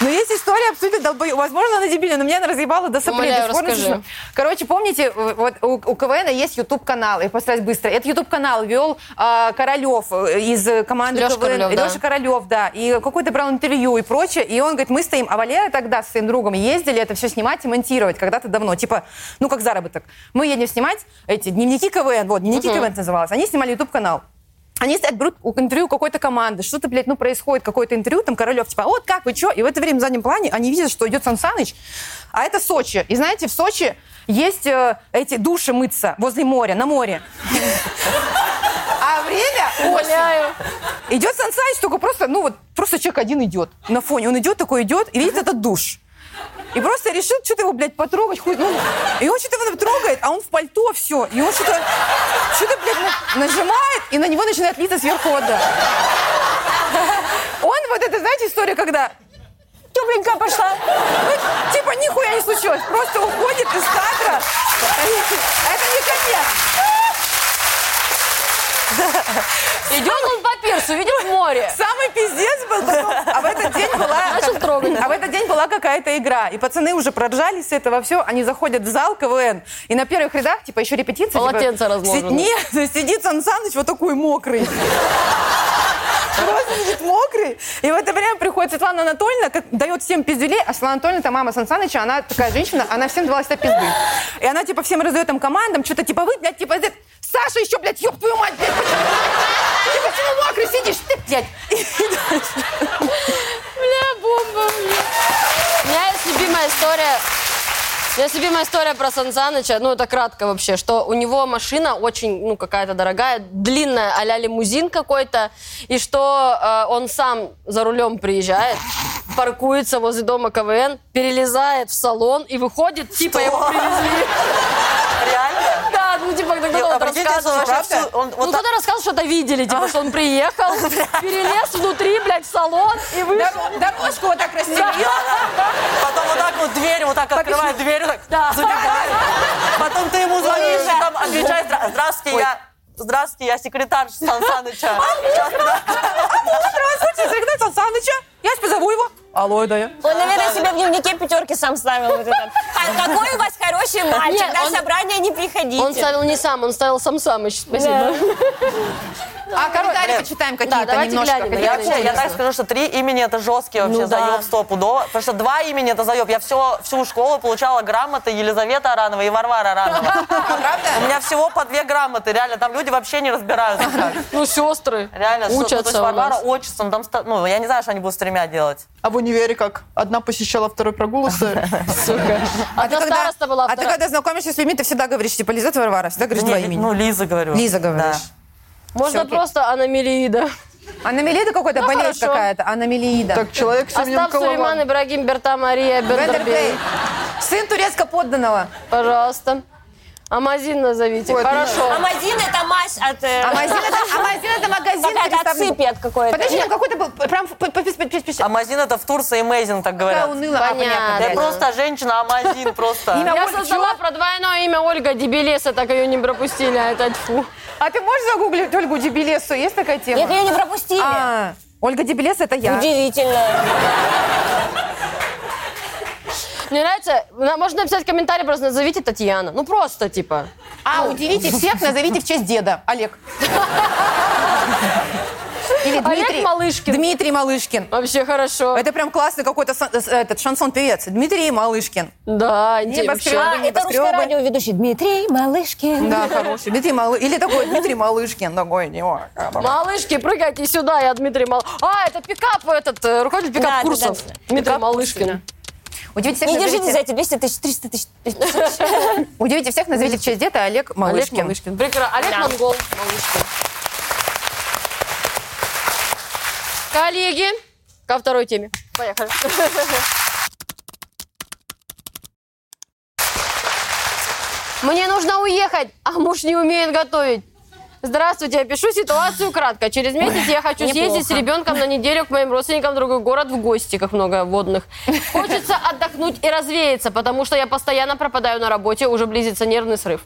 Но есть история абсолютно долбоеб. Возможно, она дебильная, но меня она разъебала до соплей.
Умоляю,
до сих пор не
расскажи.
слышно. Короче, помните, вот у, у КВН есть YouTube-канал, я постараюсь быстро. Этот YouTube-канал вел а, Королев э, из команды
Лёша
КВН.
Королёв, да.
Лёша Королёв, да. И какой-то брал интервью и прочее. И он говорит, мы стоим. А Валера тогда с своим другом ездили это все снимать и монтировать когда-то давно. Типа, ну как заработок. Мы едем снимать эти дневники КВН. Вот, дневники КВН это называлось. Они снимали YouTube-канал. Они стоят, берут у- интервью у какой-то команды, что-то, блядь, ну, происходит, какое-то интервью, там, Королев, типа, вот как, вы что? И в это время в заднем плане они видят, что идет Сан Саныч, а это Сочи. И знаете, в Сочи есть э, эти души мыться возле моря, на море. А время осень. Идет Сан Саныч, только просто, ну вот, просто человек один идет на фоне. Он идет, такой идет, и видит этот душ. И просто решил что-то его, блядь, потрогать. Хуй, ну, и он что-то его трогает, а он в пальто все. И он что-то, что-то, блядь, на- нажимает, и на него начинает литься сверху вода. Он вот это, знаете, история, когда тепленькая пошла. Ну, типа, нихуя не случилось. Просто уходит из кадра. Это не конец.
Идет он по пирсу, видит море.
Самый пиздец был потом. А в этот день была...
Начал трогать.
А в этот день была какая-то игра. И пацаны уже проржали с этого все. Они заходят в зал КВН. И на первых рядах, типа, еще репетиция. типа,
Полотенце разложено.
си- Нет, сидит Сан Саныч вот такой мокрый. Просто сидит мокрый. И в это время приходит Светлана Анатольевна, как, дает всем пиздюлей, а Светлана Анатольевна, это мама Сан Саныча, она такая женщина, она всем давала себя пизды. И она, типа, всем раздает там командам, что-то, типа, вы, блядь, типа, это- Саша еще, блядь, ёб твою мать, блядь, почему? Ты почему мокрый сидишь, ты, блядь?
Бля, бомба, У меня есть любимая история. У меня есть любимая история про Сан Саныча, ну это кратко вообще, что у него машина очень, ну какая-то дорогая, длинная, а-ля лимузин какой-то, и что э, он сам за рулем приезжает, паркуется возле дома КВН, перелезает в салон и выходит, типа его привезли.
Реально?
Да, ну типа кто-то
И,
вот
а прикиньте, что
рассказывал.
он вообще всю- он
Ну
вот так-
кто-то рассказывал, что это видели, типа что он приехал, перелез внутри, блядь, в салон и вышел.
Дор- Дорожку вот так расстелила.
Потом вот так вот дверь, вот так открывает дверь, вот так
Да.
задевает. Потом ты ему звонишь, и там отвечаешь, «Здра- здравствуйте, я... Здравствуйте, я секретарь Сан Саныча.
Здравствуйте, Сергей Сан Саныча. Я позову его. Алло, это я.
Он, наверное, себе в дневнике пятерки сам ставил. вот этот. А Какой у вас хороший мальчик,
Нет,
на
он-
собрание не
Он
приходите.
ставил не сам, он ставил сам Самыч. Спасибо.
А комментарии
Блин.
почитаем какие-то
давайте
немножко.
глянем.
Я
Я
вообще, я
интересно.
так скажу, что три имени это жесткий вообще
Ну да.
заеб стопудово. Потому что два имени это заеб. Я все, всю школу получала грамоты Елизавета Аранова и Варвара Аранова.
А Правда?
У меня всего по две грамоты, реально. Там люди вообще не разбираются. как.
Ну, сестры.
Реально, что- ну, то есть
Учатся у
Варвара
нас.
отчеством, там, ста- ну, я не знаю, что они будут с тремя делать.
А в универе как? Одна посещала, второй прогулась.
Сука. Одна
когда-
староста была,
А ты
вторая.
когда знакомишься с людьми, ты всегда говоришь, типа, Лиза это Варвара, всегда говоришь
Не,
два
Ли-
имени.
Ну, Лиза, говорю.
Лиза говоришь.
Можно
всё, окей.
просто Анамелиида.
Аномелида А какой-то
Ну,
болезнь
хорошо.
какая-то, а аномелиида.
Так, человек с именем
Остап Сулейман,
Колован.
Ибрагим, Берта, Мария, Бендербей.
Бендербей. Сын турецко подданного.
Пожалуйста. Амазин назовите.
Ой, это
Хорошо.
Амазин это мазь от... э,
Амазин А это, Амазин это магазин
какая-то от
переставной.
сыпи от какой-то.
Подожди, там какой-то был, э, прям, п- п- п- п- п- п-
Амазин это в Турции amazing, так
такая
говорят.
унылая. А,
А, Понятно.
Да
понятно. блядь.
просто женщина Амазин, просто.
Я
Ольга,
создала про двойное имя Ольга Дебелеса, так ее не пропустили, а это тьфу.
А ты можешь загуглить Ольгу Дебелесу? Есть такая
Нет,
тема?
ее не пропустили.
А, Ольга Дебелес это я.
Удивительно.
Мне нравится, на- можно написать комментарий, просто назовите Татьяна. Ну просто, типа.
Ну.
А, удивите всех, назовите в честь деда. Олег. Или
Олег
Дмитрий.
Малышкин.
Дмитрий Малышкин.
Вообще хорошо.
Это прям классный какой-то сан- э, этот шансон-певец. Дмитрий Малышкин.
Да,
Небо
интересно.
скрывает.
А,
Небоскребы.
это русская радиоведущий Дмитрий Малышкин.
Да, хороший. Дмитрий Малы... Или такой Дмитрий Малышкин. Такой, не о, а, ба-
Малышки, прыгайте сюда, я Дмитрий Мал... А, это пикап этот, э, руководитель
Да, да,
пикап-курсов.
да.
Дмитрий Малышкин.
Удивите всех,
Не
назовите-
держите за эти 200 тысяч, 300 тысяч.
Удивите всех, назовите в честь деда Олег
Олег
Малышкин.
Малышкин. Прекрасно. Олег
Да.
Монгол. Малышкин. Коллеги, ко второй теме. Поехали. Мне нужно уехать, а муж не умеет готовить. Здравствуйте, я пишу ситуацию кратко. Через месяц я хочу съездить с ребенком на неделю к моим родственникам в другой город в гости, как много водных. Хочется отдохнуть и развеяться, потому что я постоянно пропадаю на работе, уже близится нервный срыв.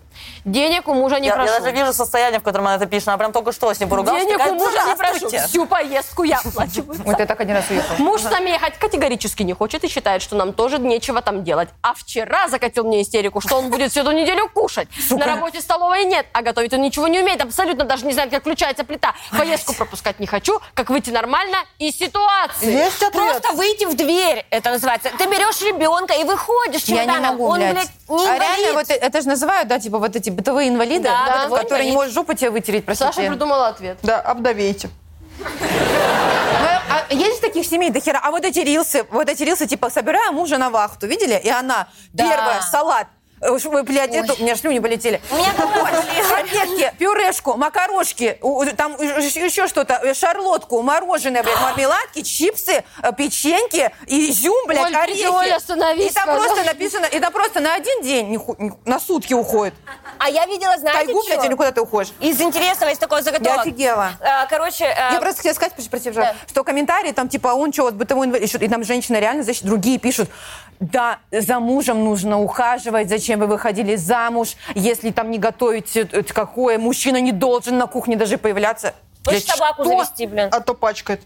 Денег у мужа не
Я, я
прошу.
даже вижу состояние, в котором она это пишет. Она прям только что с ним поругалась.
Денег
такая,
у мужа не прошу.
«Здравствуйте».
Всю поездку я оплачиваю.
Вот я так один раз уехал.
Муж с нами ехать категорически не хочет и считает, что нам тоже нечего там делать. А вчера закатил мне истерику, что он будет всю эту неделю кушать. На работе столовой нет, а готовить он ничего не умеет, абсолютно даже не знает, как включается плита. Поездку пропускать не хочу, как выйти нормально из ситуации.
Есть ответ?
Просто выйти в дверь, это называется. Ты берешь ребенка и выходишь
Я не
чемоданом.
могу,
Он,
блядь.
блядь, не
а
инвалид.
реально, вот э- это же называют, да, типа вот эти бытовые инвалиды,
Да,
вот
бытовой
которые
инвалид.
не могут жопу тебе вытереть, простите.
Саша придумала ответ.
Да, обдавейте.
Ну, а есть таких семей до хера? А вот эти рилсы, вот эти рилсы, типа, собираю мужа на вахту, видели? И она первая, салат, э, ш- ой, блядь, эту- у меня шлюни полетели.
У меня голова болит.
Котлетки, пюрешку, макарошки, у- у- там еще еще что-то, э, шарлотку, мороженое, блядь, мармеладки, чипсы, э, печеньки, изюм, блядь,
Оль,
орехи.
иди, Оля, остановись,
и там
сказала.
просто написано, и там просто на один день, ниху- ниху- на сутки уходит.
А я видела, знаете,
Тайгу,
чё?
блядь, или куда ты уходишь?
Из интересного, из такого заготовок.
Я офигела.
А, Короче, а,
Я просто хотела сказать, прости, прости, пожалуйста,
Да.
что комментарии там типа, он что, вот бытовой инвалид, и там женщина реально, значит, другие пишут, да, за мужем нужно ухаживать, зачем вы выходили замуж, если там не готовите, это какое, мужчина не должен на кухне даже появляться.
хочешь
Блядь,
собаку
что?
завести, блин.
А то пачкает.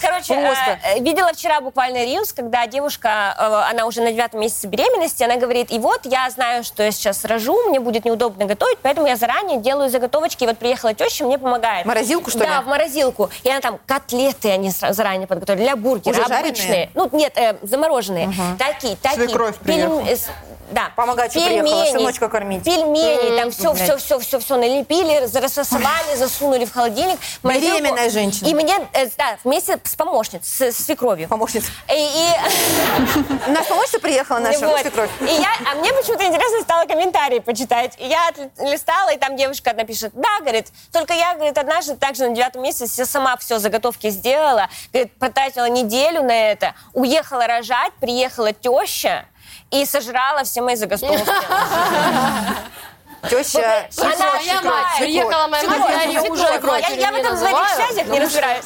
Короче,
Просто.
э, э, видела вчера буквально Рилс, когда девушка, э, она уже на девятом месяце беременности, она говорит, и вот я знаю, что я сейчас рожу, мне будет неудобно готовить, поэтому я заранее делаю заготовочки, и вот приехала теща, мне помогает.
Морозилку, что ли?
Да, в морозилку. И она там котлеты они сра- заранее подготовили для бургера,
Уже жареные?
обычные. Ну, нет, э, замороженные. Такие, такие.
Свекровь приехала.
Пельм- э, с- Да.
Помогать ещё
Пельмени.
приехала, сыночка кормить. М-м,
Пельмени, там все,
блядь.
все, все, все, все налепили, рассосовали, засунули в холодильник. морозилку.
Беременная женщина.
И мне, э, да, вместе с помощницей, с, с свекровью.
Помощница.
И, э, и-
Наша помощница приехала, наша
вот.
свекровь.
И я, а мне почему-то интересно стало комментарии почитать. И я отли- листала, и там девушка одна пишет, да, говорит, только я, говорит, однажды также на девятом месяце сама все заготовки сделала, говорит, потратила неделю на это, уехала рожать, приехала теща и сожрала все мои заготовки.
Теща...
Она моя мать. Приехала моя мать, я ее уже
Я, я в этом зловещих связях не разбираюсь.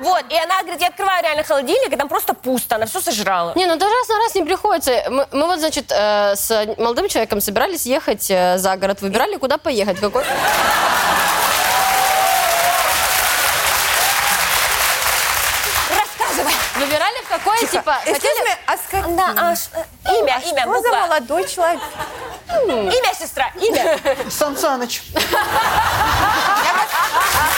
Вот, и она говорит, я открываю реально холодильник, и там просто пусто, она все сожрала.
Не, ну даже раз на раз не приходится. Мы, мы вот, значит, э, с молодым человеком собирались ехать э, за город, выбирали, куда поехать, какой.
Рассказывай.
Выбирали, в какое, типа, хотели...
Да, а ш- э, имя, имя,
Что за
буква.
молодой человек?
Имя, сестра, имя.
Сан Саныч.
Я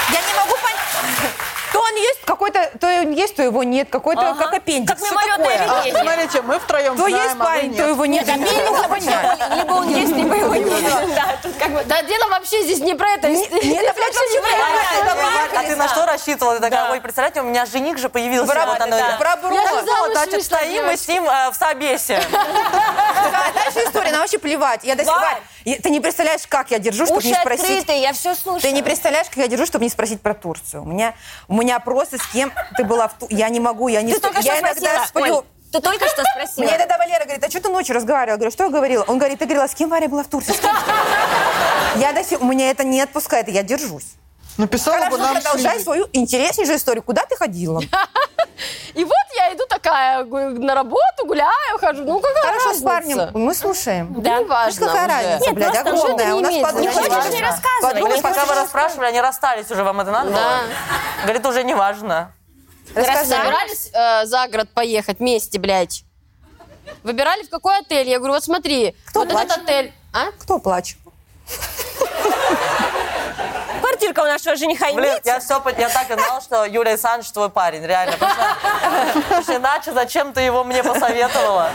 не могу понять. То он есть какой-то, то он есть, то его нет. Какой-то как аппендикс.
Как
Что
мимолетное
такое?
А,
видение.
Смотрите, мы втроем
То
знаем,
есть
а вы
парень,
нет.
то его нет. Я не могу понять.
Либо он есть, либо его нет. Да, тут как бы...
Да дело вообще здесь не про это.
Нет, это вообще не
Понятно,
правильно.
А ты на что рассчитывала? Ты такая, ой, представляете, у меня жених же появился.
Про-
Вот оно и-
да. Про
Я же
Бруно.
замуж
Значит,
вышла,
стоим мы
девочки.
с ним э, в собесе.
Да, а, Дальше история, нам вообще плевать. Я до сих
Варь!
пор- Ты не представляешь, как я держу, чтобы
Уши
не спросить.
открыты, я все слушаю.
Ты не представляешь, как я держу, чтобы не спросить про Турцию. У меня, у меня просто с кем ты была в Ту- Я не могу, я не...
Ты
сп-
только
я
что
иногда
спросила.
сплю.
Оль, Ты только что спросила.
Мне тогда Валера говорит, а что ты ночью разговаривала? Я говорю, что я говорила? Он говорит, ты говорила, с кем Варя была в Турции? С кем? Я до сих... У меня это не отпускает, и я держусь.
Написала
Хорошо,
бы нам
продолжай
что-нибудь.
свою интереснейшую историю. Куда ты ходила?
И вот я иду такая, гу- на работу гуляю, хожу. Ну какая
Хорошо, с
разница?
парнем. Мы слушаем.
Да, не важно
Какая
уже.
разница,
Нет,
блядь,
просто уже
огромная. а
это
У
не
нас
имеет
подруги
значения.
Не хочешь,
есть.
не рассказывай.
Подруги
Блин,
Подумай,
пока
хочешь,
вы расспрашивали, они расстались уже, вам это надо
Да.
было? Говорит, уже не важно.
рассказывай.
Собирались э, за город поехать вместе, блядь. Выбирали, в какой отель. Я говорю, вот смотри, вот этот
плачет?
отель. А?
Кто плачет?
Квартирка у нашего жениха
Блин,
имеется.
я все я так и знал, что Юлия Александрович твой парень, реально. Потому что- потому что иначе зачем ты его мне посоветовала?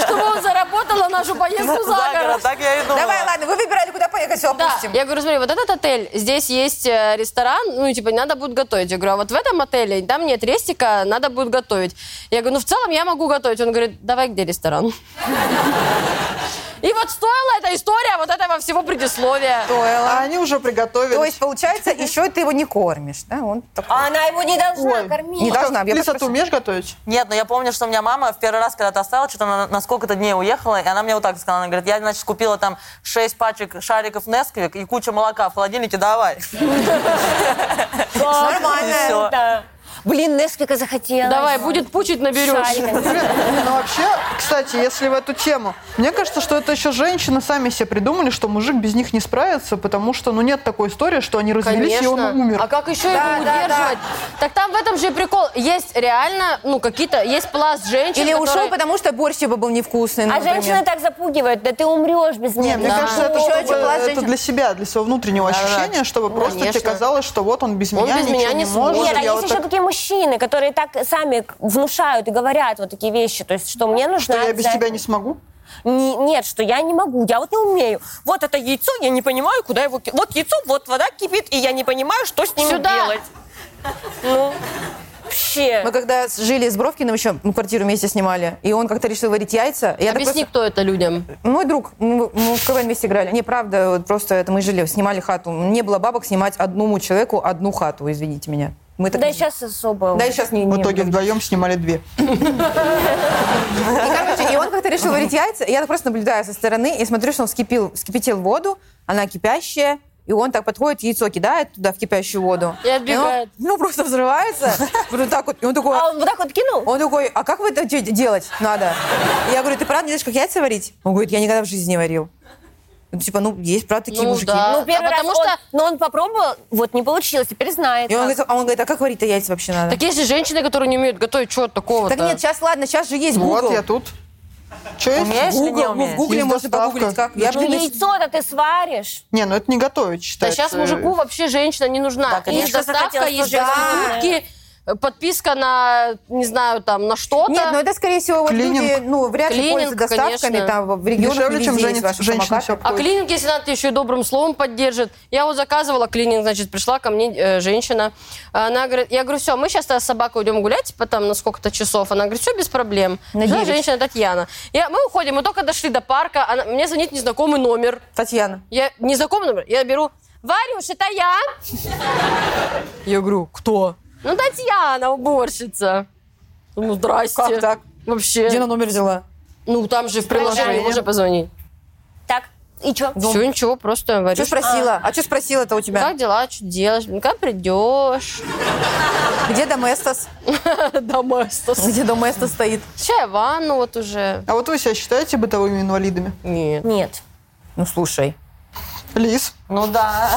Чтобы он заработал на нашу поездку Ну, за город.
так я и думала.
Давай, ладно, вы выбирали, куда поехать, все,
Да.
опустим.
Я говорю, смотри, вот этот отель, здесь есть э, ресторан, ну, и, типа, надо будет готовить. Я говорю, а вот в этом отеле, там нет рестика, надо будет готовить. Я говорю, ну, в целом я могу готовить. Он говорит, давай, где ресторан? И вот стоила эта история вот этого всего предисловия.
А
Стоило.
они уже приготовили.
То есть, получается, еще ты его не кормишь, да? Он так-
А она его не должна
Ой.
кормить.
Не должна. Я
Лиса, ты
попросила.
умеешь готовить?
Нет, но я помню, что у меня мама в первый раз, когда ты оставила, что-то на, на сколько-то дней уехала, и она мне вот так сказала, она говорит, я, значит, купила там 6 пачек шариков Несквик и кучу молока в холодильнике, давай.
Нормально.
Всё.
Да. Блин, Несквика захотела.
Давай, будет пучить, наберешь.
Блин, ну вообще, кстати, если в эту тему, мне кажется, что это еще женщины сами себе придумали, что мужик без них не справится, потому что, ну, нет такой истории, что они развелись, и он умер.
А как еще
Да,
его
да,
удерживать? Так там в этом же и прикол. Есть реально, ну, какие-то, есть пласт женщин,
Или ушел,
которые-
потому что борщ его был невкусный,
А
например.
женщины так запугивают, да ты умрешь без
Не,
меня.
мне кажется,
Ну,
это,
Еще
чтобы-
очень класс
это
женщин.
для себя, для своего внутреннего ощущения, чтобы просто
конечно.
тебе казалось, что вот он без
Он
меня
без
ничего
меня не
не может.
Нет, а
я
есть
вот
еще
так-
такие мужчины, которые так сами к- внушают и говорят вот такие вещи, то есть, что мне нужно...
что я без тебя не смогу.
Нет, что я не могу, я вот не умею. Вот это яйцо, я не понимаю, куда его... ки- Вот яйцо, вот вода кипит, и я не понимаю, что с ним
Сюда.
делать. Ну, вообще.
Мы когда с- жили с Бровкиным еще, мы квартиру вместе снимали, и он как-то решил варить яйца. Я так
Объясни,
просто-
кто это людям.
Мой друг, мы, мы в КВН вместе играли. Не, правда, вот просто это мы жили, снимали хату. Не было бабок снимать одному человеку одну хату, извините меня. Мы так
Да
не-
и сейчас особо...
Да и сейчас не...
В
ну,
не-
итоге вдвоем снимали две.
И, короче, и он как-то решил варить яйца. и Я так просто наблюдаю со стороны и смотрю, что он вскипил, вскипятил воду, она кипящая, и он так подходит, яйцо кидает туда в кипящую воду.
И отбегает.
оно, ну, просто взрывается. Вот так вот. И он такой...
А он вот так вот кинул?
Он такой, а как вы это де- делать надо? Я говорю, ты правда не знаешь, как яйца варить? Он говорит, я никогда в жизни не варил. Ну, типа, ну, есть, правда, такие
Ну,
мужики.
да.
Ну, первый
А потому
раз
что-
он- но он попробовал, вот не получилось, теперь знает.
И он
как.
говорит, а он говорит, а как варить-то яйца вообще надо?
Так есть же женщины, которые не умеют готовить, чего такого-то?
Так нет, сейчас, ладно, сейчас же есть Google.
Ну, Вот я тут. Че есть?
Умеешь или не
Google, ну, в
умеешь?
Гугле
Есть
можно
доставка.
погуглить, как. Я,
Ну,
блин,
яйцо-то ты сваришь.
Не, ну это не готовить,
Да
считается.
сейчас мужику вообще женщина не нужна.
Да,
есть
конечно,
доставка,
захотелось
есть
тоже
проститутки, э, подписка на, не знаю, там, на что-то.
Нет, ну но это, скорее всего, вот
Клининг.
люди, ну, вряд ли
Клининг,
пользуются доставками,
конечно.
там, в регионах
Дешевле,
не
чем
везде есть
женщин-
ваши
женщина
самокаты.
все
А
обходит.
клининг, если надо, еще и добрым словом поддержит. Я вот заказывала клининг, значит, пришла ко мне э, женщина. Она говорит, я говорю, все, мы сейчас с собакой идем гулять, типа там на сколько-то часов. Она говорит, все без проблем.
На
Пришла
девять.
женщина Татьяна. Я, мы уходим, мы только дошли до парка, она- мне звонит незнакомый номер.
Татьяна.
Я незнакомый номер, я беру, Варюш, это я? Я говорю, кто? Ну, Татьяна, уборщица. Ну, здрасте.
Как так?
Вообще.
Где она номер взяла?
Ну, там же в приложении
Приложение.
можно позвонить.
Так, И что?
Все, ничего, просто
Что
варю.
спросила? А, что спросила-то у тебя?
Как дела, что делаешь? Ну, Когда придешь?
Где Доместос?
Доместос.
Где Доместос стоит?
Чай, ванну вот уже.
А вот вы себя считаете бытовыми инвалидами?
Нет.
Нет.
Ну, слушай.
Лиз?
Ну да.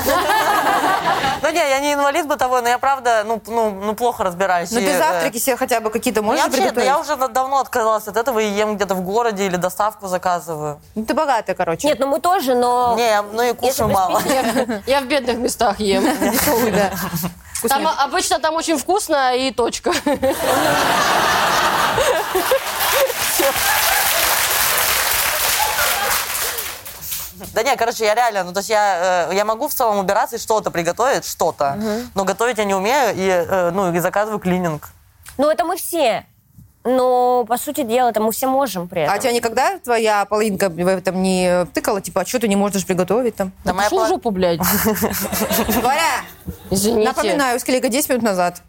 Ну не, я не инвалид бытовой, но я правда, ну, ну, ну плохо разбираюсь.
Ну,
И,
ты
э,
завтраки себе хотя бы какие-то
я
можешь
вообще, да я
приготовить?
уже на- давно отказалась от этого и ем где-то в городе или доставку заказываю.
Ну, Ты богатая, короче.
Нет, ну мы тоже, но...
Не, я- ну и кушаю мало.
Я, я в бедных местах ем.
да.
Там, а, обычно там очень вкусно и точка.
Да не, короче, я реально, ну то есть я, э, я могу в целом убираться и что-то приготовить, что-то, но готовить я не умею и, э, ну, и заказываю клининг.
Ну это мы все. Но, по сути дела, это мы все можем при этом.
А тебя никогда твоя половинка в этом не тыкала? Типа, а что ты не можешь приготовить там?
Да, моя
Пошел в
пол-
жопу, блядь.
Варя,
Извините.
напоминаю, склейка 10 минут назад.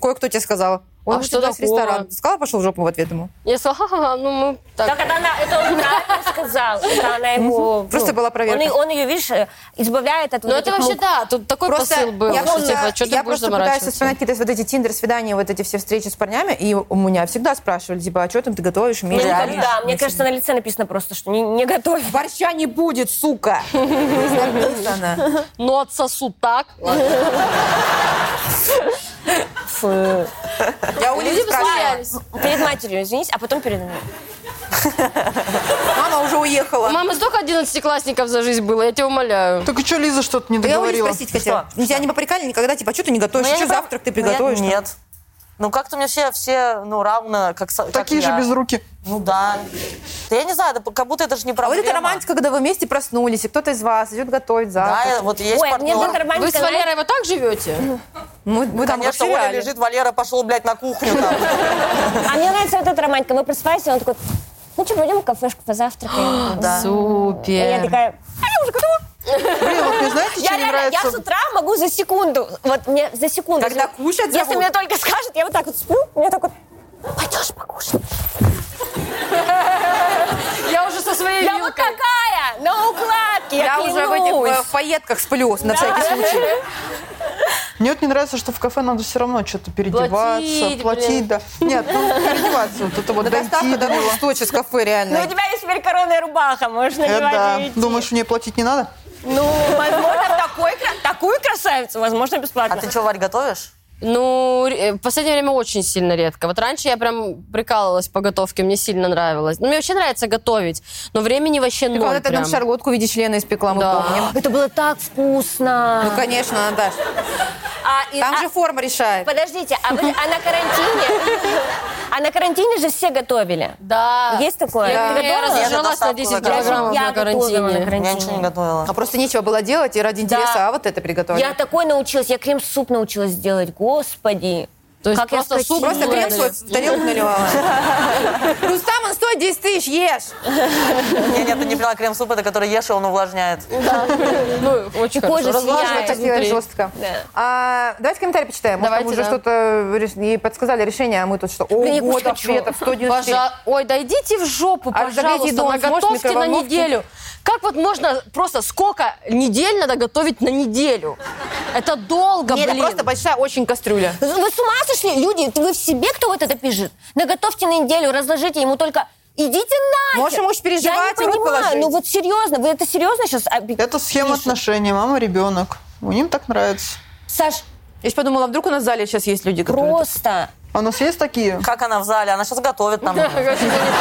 Кое-кто тебе сказал.
А
Он хочет
что
туда в
такого?
ресторан. Ты сказала, пошел в жопу в ответ ему.
Я сказала, ха-ха-ха, ну мы
Так
так.
это она, это он правильно сказал. Это она его... ну,
Просто была проверка.
Он, и- он ее, видишь, э, избавляет от
Ну
вот
это
этих
вообще
мук.
да, тут такой Ну, посыл был,
я
что
просто,
типа, что
я
ты будешь
просто пытаюсь
заморачиваться.
вспоминать какие-то вот эти тиндер-свидания, вот эти все встречи с парнями, и у меня всегда спрашивали, типа, а что там ты готовишь,
Ну,
умеешь?
никогда.
жаришь?»
мне кажется, на лице написано просто, что не, не готовь.
Борща не будет, сука! Написано.
Ну отсосу так.
Я у Лизы
Люди
спрашивала.
посмеялись.
э, Перед матерью, извинись, а потом перед мной.
Мама уже
У
уехала.
мамы столько одиннадцатиклассников за жизнь было, я тебя умоляю.
Так и что Лиза что-то не
Да я у Лизы
договорила?
спросить хотела. Тебя не попрекали никогда, типа, а что ты не
Ну,
готовишь?
я
Что
не прав-
завтрак ты
ну, я-
приготовишь? там?
Нет. Ну как-то у меня все, все ну, равно, как, со- как
Такие же
я.
без руки.
Ну да. Да я не знаю, это как будто это же не
А вот
проблема.
это романтика, когда вы вместе проснулись, и кто-то из вас идет готовить
Да, я-
завтрак.
вот есть
Ой, а мне
партнер.
эта романтика
Вы с
нравится.
Валерой вот так живете?
Мы, мы там
Конечно,
вообще
Оля
реально.
лежит, Валера пошел, блядь, на кухню там.
А мне нравится вот эта романтика. Мы просыпаемся, и он такой, ну что, пойдем в кафешку позавтракаем. Да. И я
Супер.
такая, а я уже готова.
Блин, вот мне знаете,
Я
что не
реально, я с
нравится?
утра могу за секунду, вот мне за секунду.
Когда
Если-
кушать
Если
зовут.
мне только скажут, я вот так вот сплю, мне так вот, пойдешь покушать.
Я уже со своей
Я вот
вилкой.
такая, на укладке, я,
Я уже в этих э,
клянусь.
в пайетках сплю, на всякий случай.
Мне вот не нравится, что в кафе надо все равно что-то переодеваться,
Платить, блин.
платить, да. Нет, ну, переодеваться, вот это вот
Да доставка
дойти
до
до него.
Владивостока из кафе,
Ну, у
реально.
тебя есть теперь коронная рубаха, можешь
Э, да.
надевать и идти.
Думаешь, мне платить не надо?
Ну, возможно, такой кра- такую красавицу, возможно,
А
бесплатно.
ты что, Варь, готовишь?
Ну, ре- в последнее время очень сильно редко. Вот раньше я прям прикалывалась по готовке, мне сильно нравилось. Ну, мне вообще нравится готовить, но времени вообще
Ты
ноль
когда-то
прям.
там шарлотку в виде члена испекла, мы
Да.
помним.
Это было так
Ну,
вкусно.
конечно, Наташ.
А, и-
Там
а-
же форма решает.
Подождите, а, вы- а на карантине? А на карантине же все готовили.
Да.
Есть такое?
Я,
Ты
я
готовила?
разожилась на
Я
10
доставку
килограммов
Я
на карантине.
готовила на
Я ничего не
карантине.
готовила.
А просто нечего было делать, и ради интереса, а вот это
Я
приготовили.
такой научилась, я крем-суп научилась делать, господи.
То есть
Как я
просто суп
скотина.
Просто крем свой в тарелку наливала. Рустам, он стоит 10 тысяч, ешь.
Нет, нет, ты не поняла, крем-суп, это который ешь, и он увлажняет.
Ну, очень
Кожа
хорошо.
Влаживать так
сияет.
внутри.
делать жестко.
Да.
А, Давайте комментарий почитаем. Может, там
Давайте, да.
уже что-то э, реш- ей подсказали решение, а мы тут что?
я
Ого,
кушать
там
хочу.
цветов 194.
Пожа- Ой, да идите в жопу,
А разогреть
пожалуйста,
еду он
на
сможет в
готовке на
микроволновке?
неделю. Как вот можно просто сколько недель надо готовить на неделю? Это долго,
Нет, это
блин.
просто большая очень кастрюля.
Вы с ума сошли? Люди, вы в себе, кто вот это пишет? Наготовьте на неделю, разложите ему только... Идите нахер!
Можешь ему уж переживать,
Я не
и вот
понимаю,
положить.
ну вот серьезно, вы это серьезно а, сейчас
Это схема отношений, мама-ребенок. У ним так нравится.
Саш,
Я же подумала, а вдруг у нас в зале сейчас есть люди, которые...
просто...
А у нас есть такие?
Как она в зале? Она сейчас готовит нам.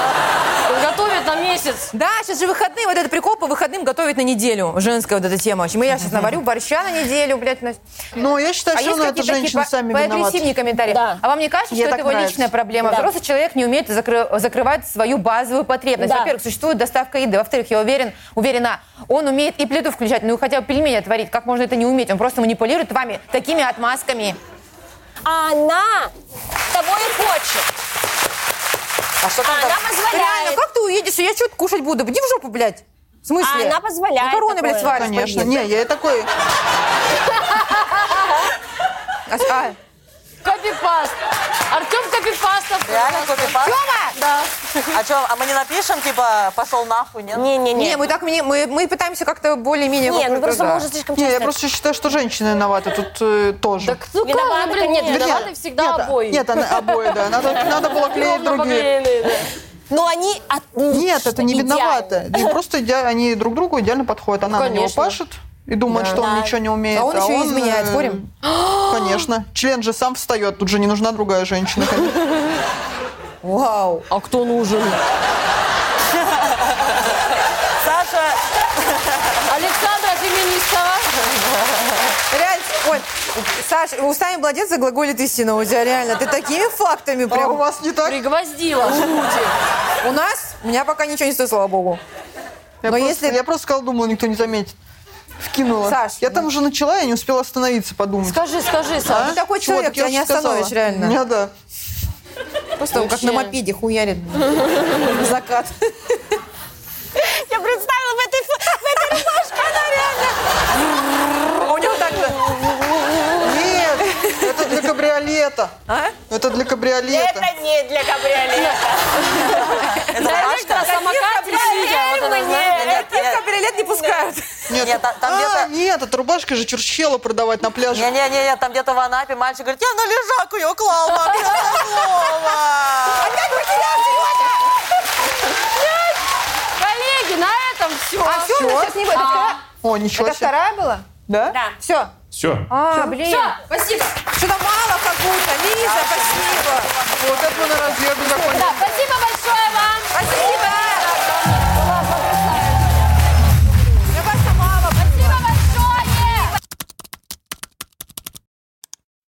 Готовят на месяц.
Да, сейчас же выходные, вот этот прикол по выходным готовить на неделю. Женская вот эта тема. Мы я сейчас наварю борща на неделю, блядь. на-
Ну, я считаю,
А
все
есть
равно это
какие-то такие
женщины
по-
сами виноваты.
поагрессивнее комментарии?
Да.
А вам не кажется,
Мне
что это
так
его
нравится.
личная проблема?
Да.
Взрослый человек не умеет закры- закрывать свою базовую потребность.
Да.
Во-первых, существует доставка еды. Во-вторых, я уверен, уверена, он умеет и плиту включать, ну и хотя бы пельмени отварить. Как можно это не уметь? Он просто манипулирует вами такими отмазками.
А она того и хочет.
А что
А
там?
она
Ты Реально,
позволяет.
как ты уедешь, и я что-то кушать буду? Иди в жопу, блядь. В смысле?
А она позволяет
Макароны, блядь,
такое.
сваришь.
Конечно.
поешь.
Не, я и такой...
А с- а,
Копипаст. Артем Копипастов.
Реально копипаст?
Тёма!
А что, а мы не напишем, типа, пошел нахуй, нет?
Не-не-не.
Не, мы так мне- мы, мы пытаемся как-то более-менее...
Не, ну
вокруг
просто
да.
мы уже слишком
Не, я
часто...
просто считаю, что женщина виновата тут э, тоже.
Так, ну как,
Виноваты,
ну, блин, нет,
конечно.
виноваты всегда
нет, а-
обои.
Нет, она, обои, да. Надо, надо было клеить
Ровно
другие.
поклеенные, да.
Но они... отлично,
Нет, это не
идеально.
виновата. И просто идея- они друг другу идеально подходят. Она на него
Конечно.
пашет и думает, что он ничего не умеет.
А он еще и изменяет,
э,
спорим?
Конечно. Член же сам встает, тут же не нужна другая женщина. конечно.
Вау.
А кто нужен?
Саша,
а-
Александра Феминистова.
Реально, ой, Саш, устами молодец заглаголит истина у тебя, реально. Ты такими фактами
А у
прям.
вас не так?
Пригвоздила.
У нас, у меня пока ничего не стоит, слава богу.
Я,
Но
просто,
если-
я просто сказала, думала, никто не заметит. Вкинула.
Саш, ну
я там уже начала, я не успела остановиться, подумать.
Скажи, скажи, Саша.
Ты такой
А? Чего,
человек,
так я
тебя не
же сказала.
остановишь, реально.
Не, да.
Просто он как на
Вообще.
мопеде хуярит. Закат.
Я представила в этой, фо- в этой рубашке, она реально...
А у него так же.
Нет, это для кабриолета.
А?
Это для кабриолета.
Это не для кабриолета.
Знаешь, на самокате сидя, вот она, знаешь.
нет, нет,
Их
нет,
кабриолет не пускают.
Нет,
Нет, та- там
а,
где-то-
нет, эта рубашка же черчела продавать на пляже.
не, не, не, нет, там где-то в Анапе мальчик говорит, я на лежак ее клал, мам, я клала».
Коллеги, на этом все.
А все, у нас сейчас не будет. Это вторая-
О, ничего
Это
себе.
вторая была?
Да?
Да.
Все.
Все.
А, блин. А,
Спасибо.
Что-то мало как будто. Лиза, спасибо.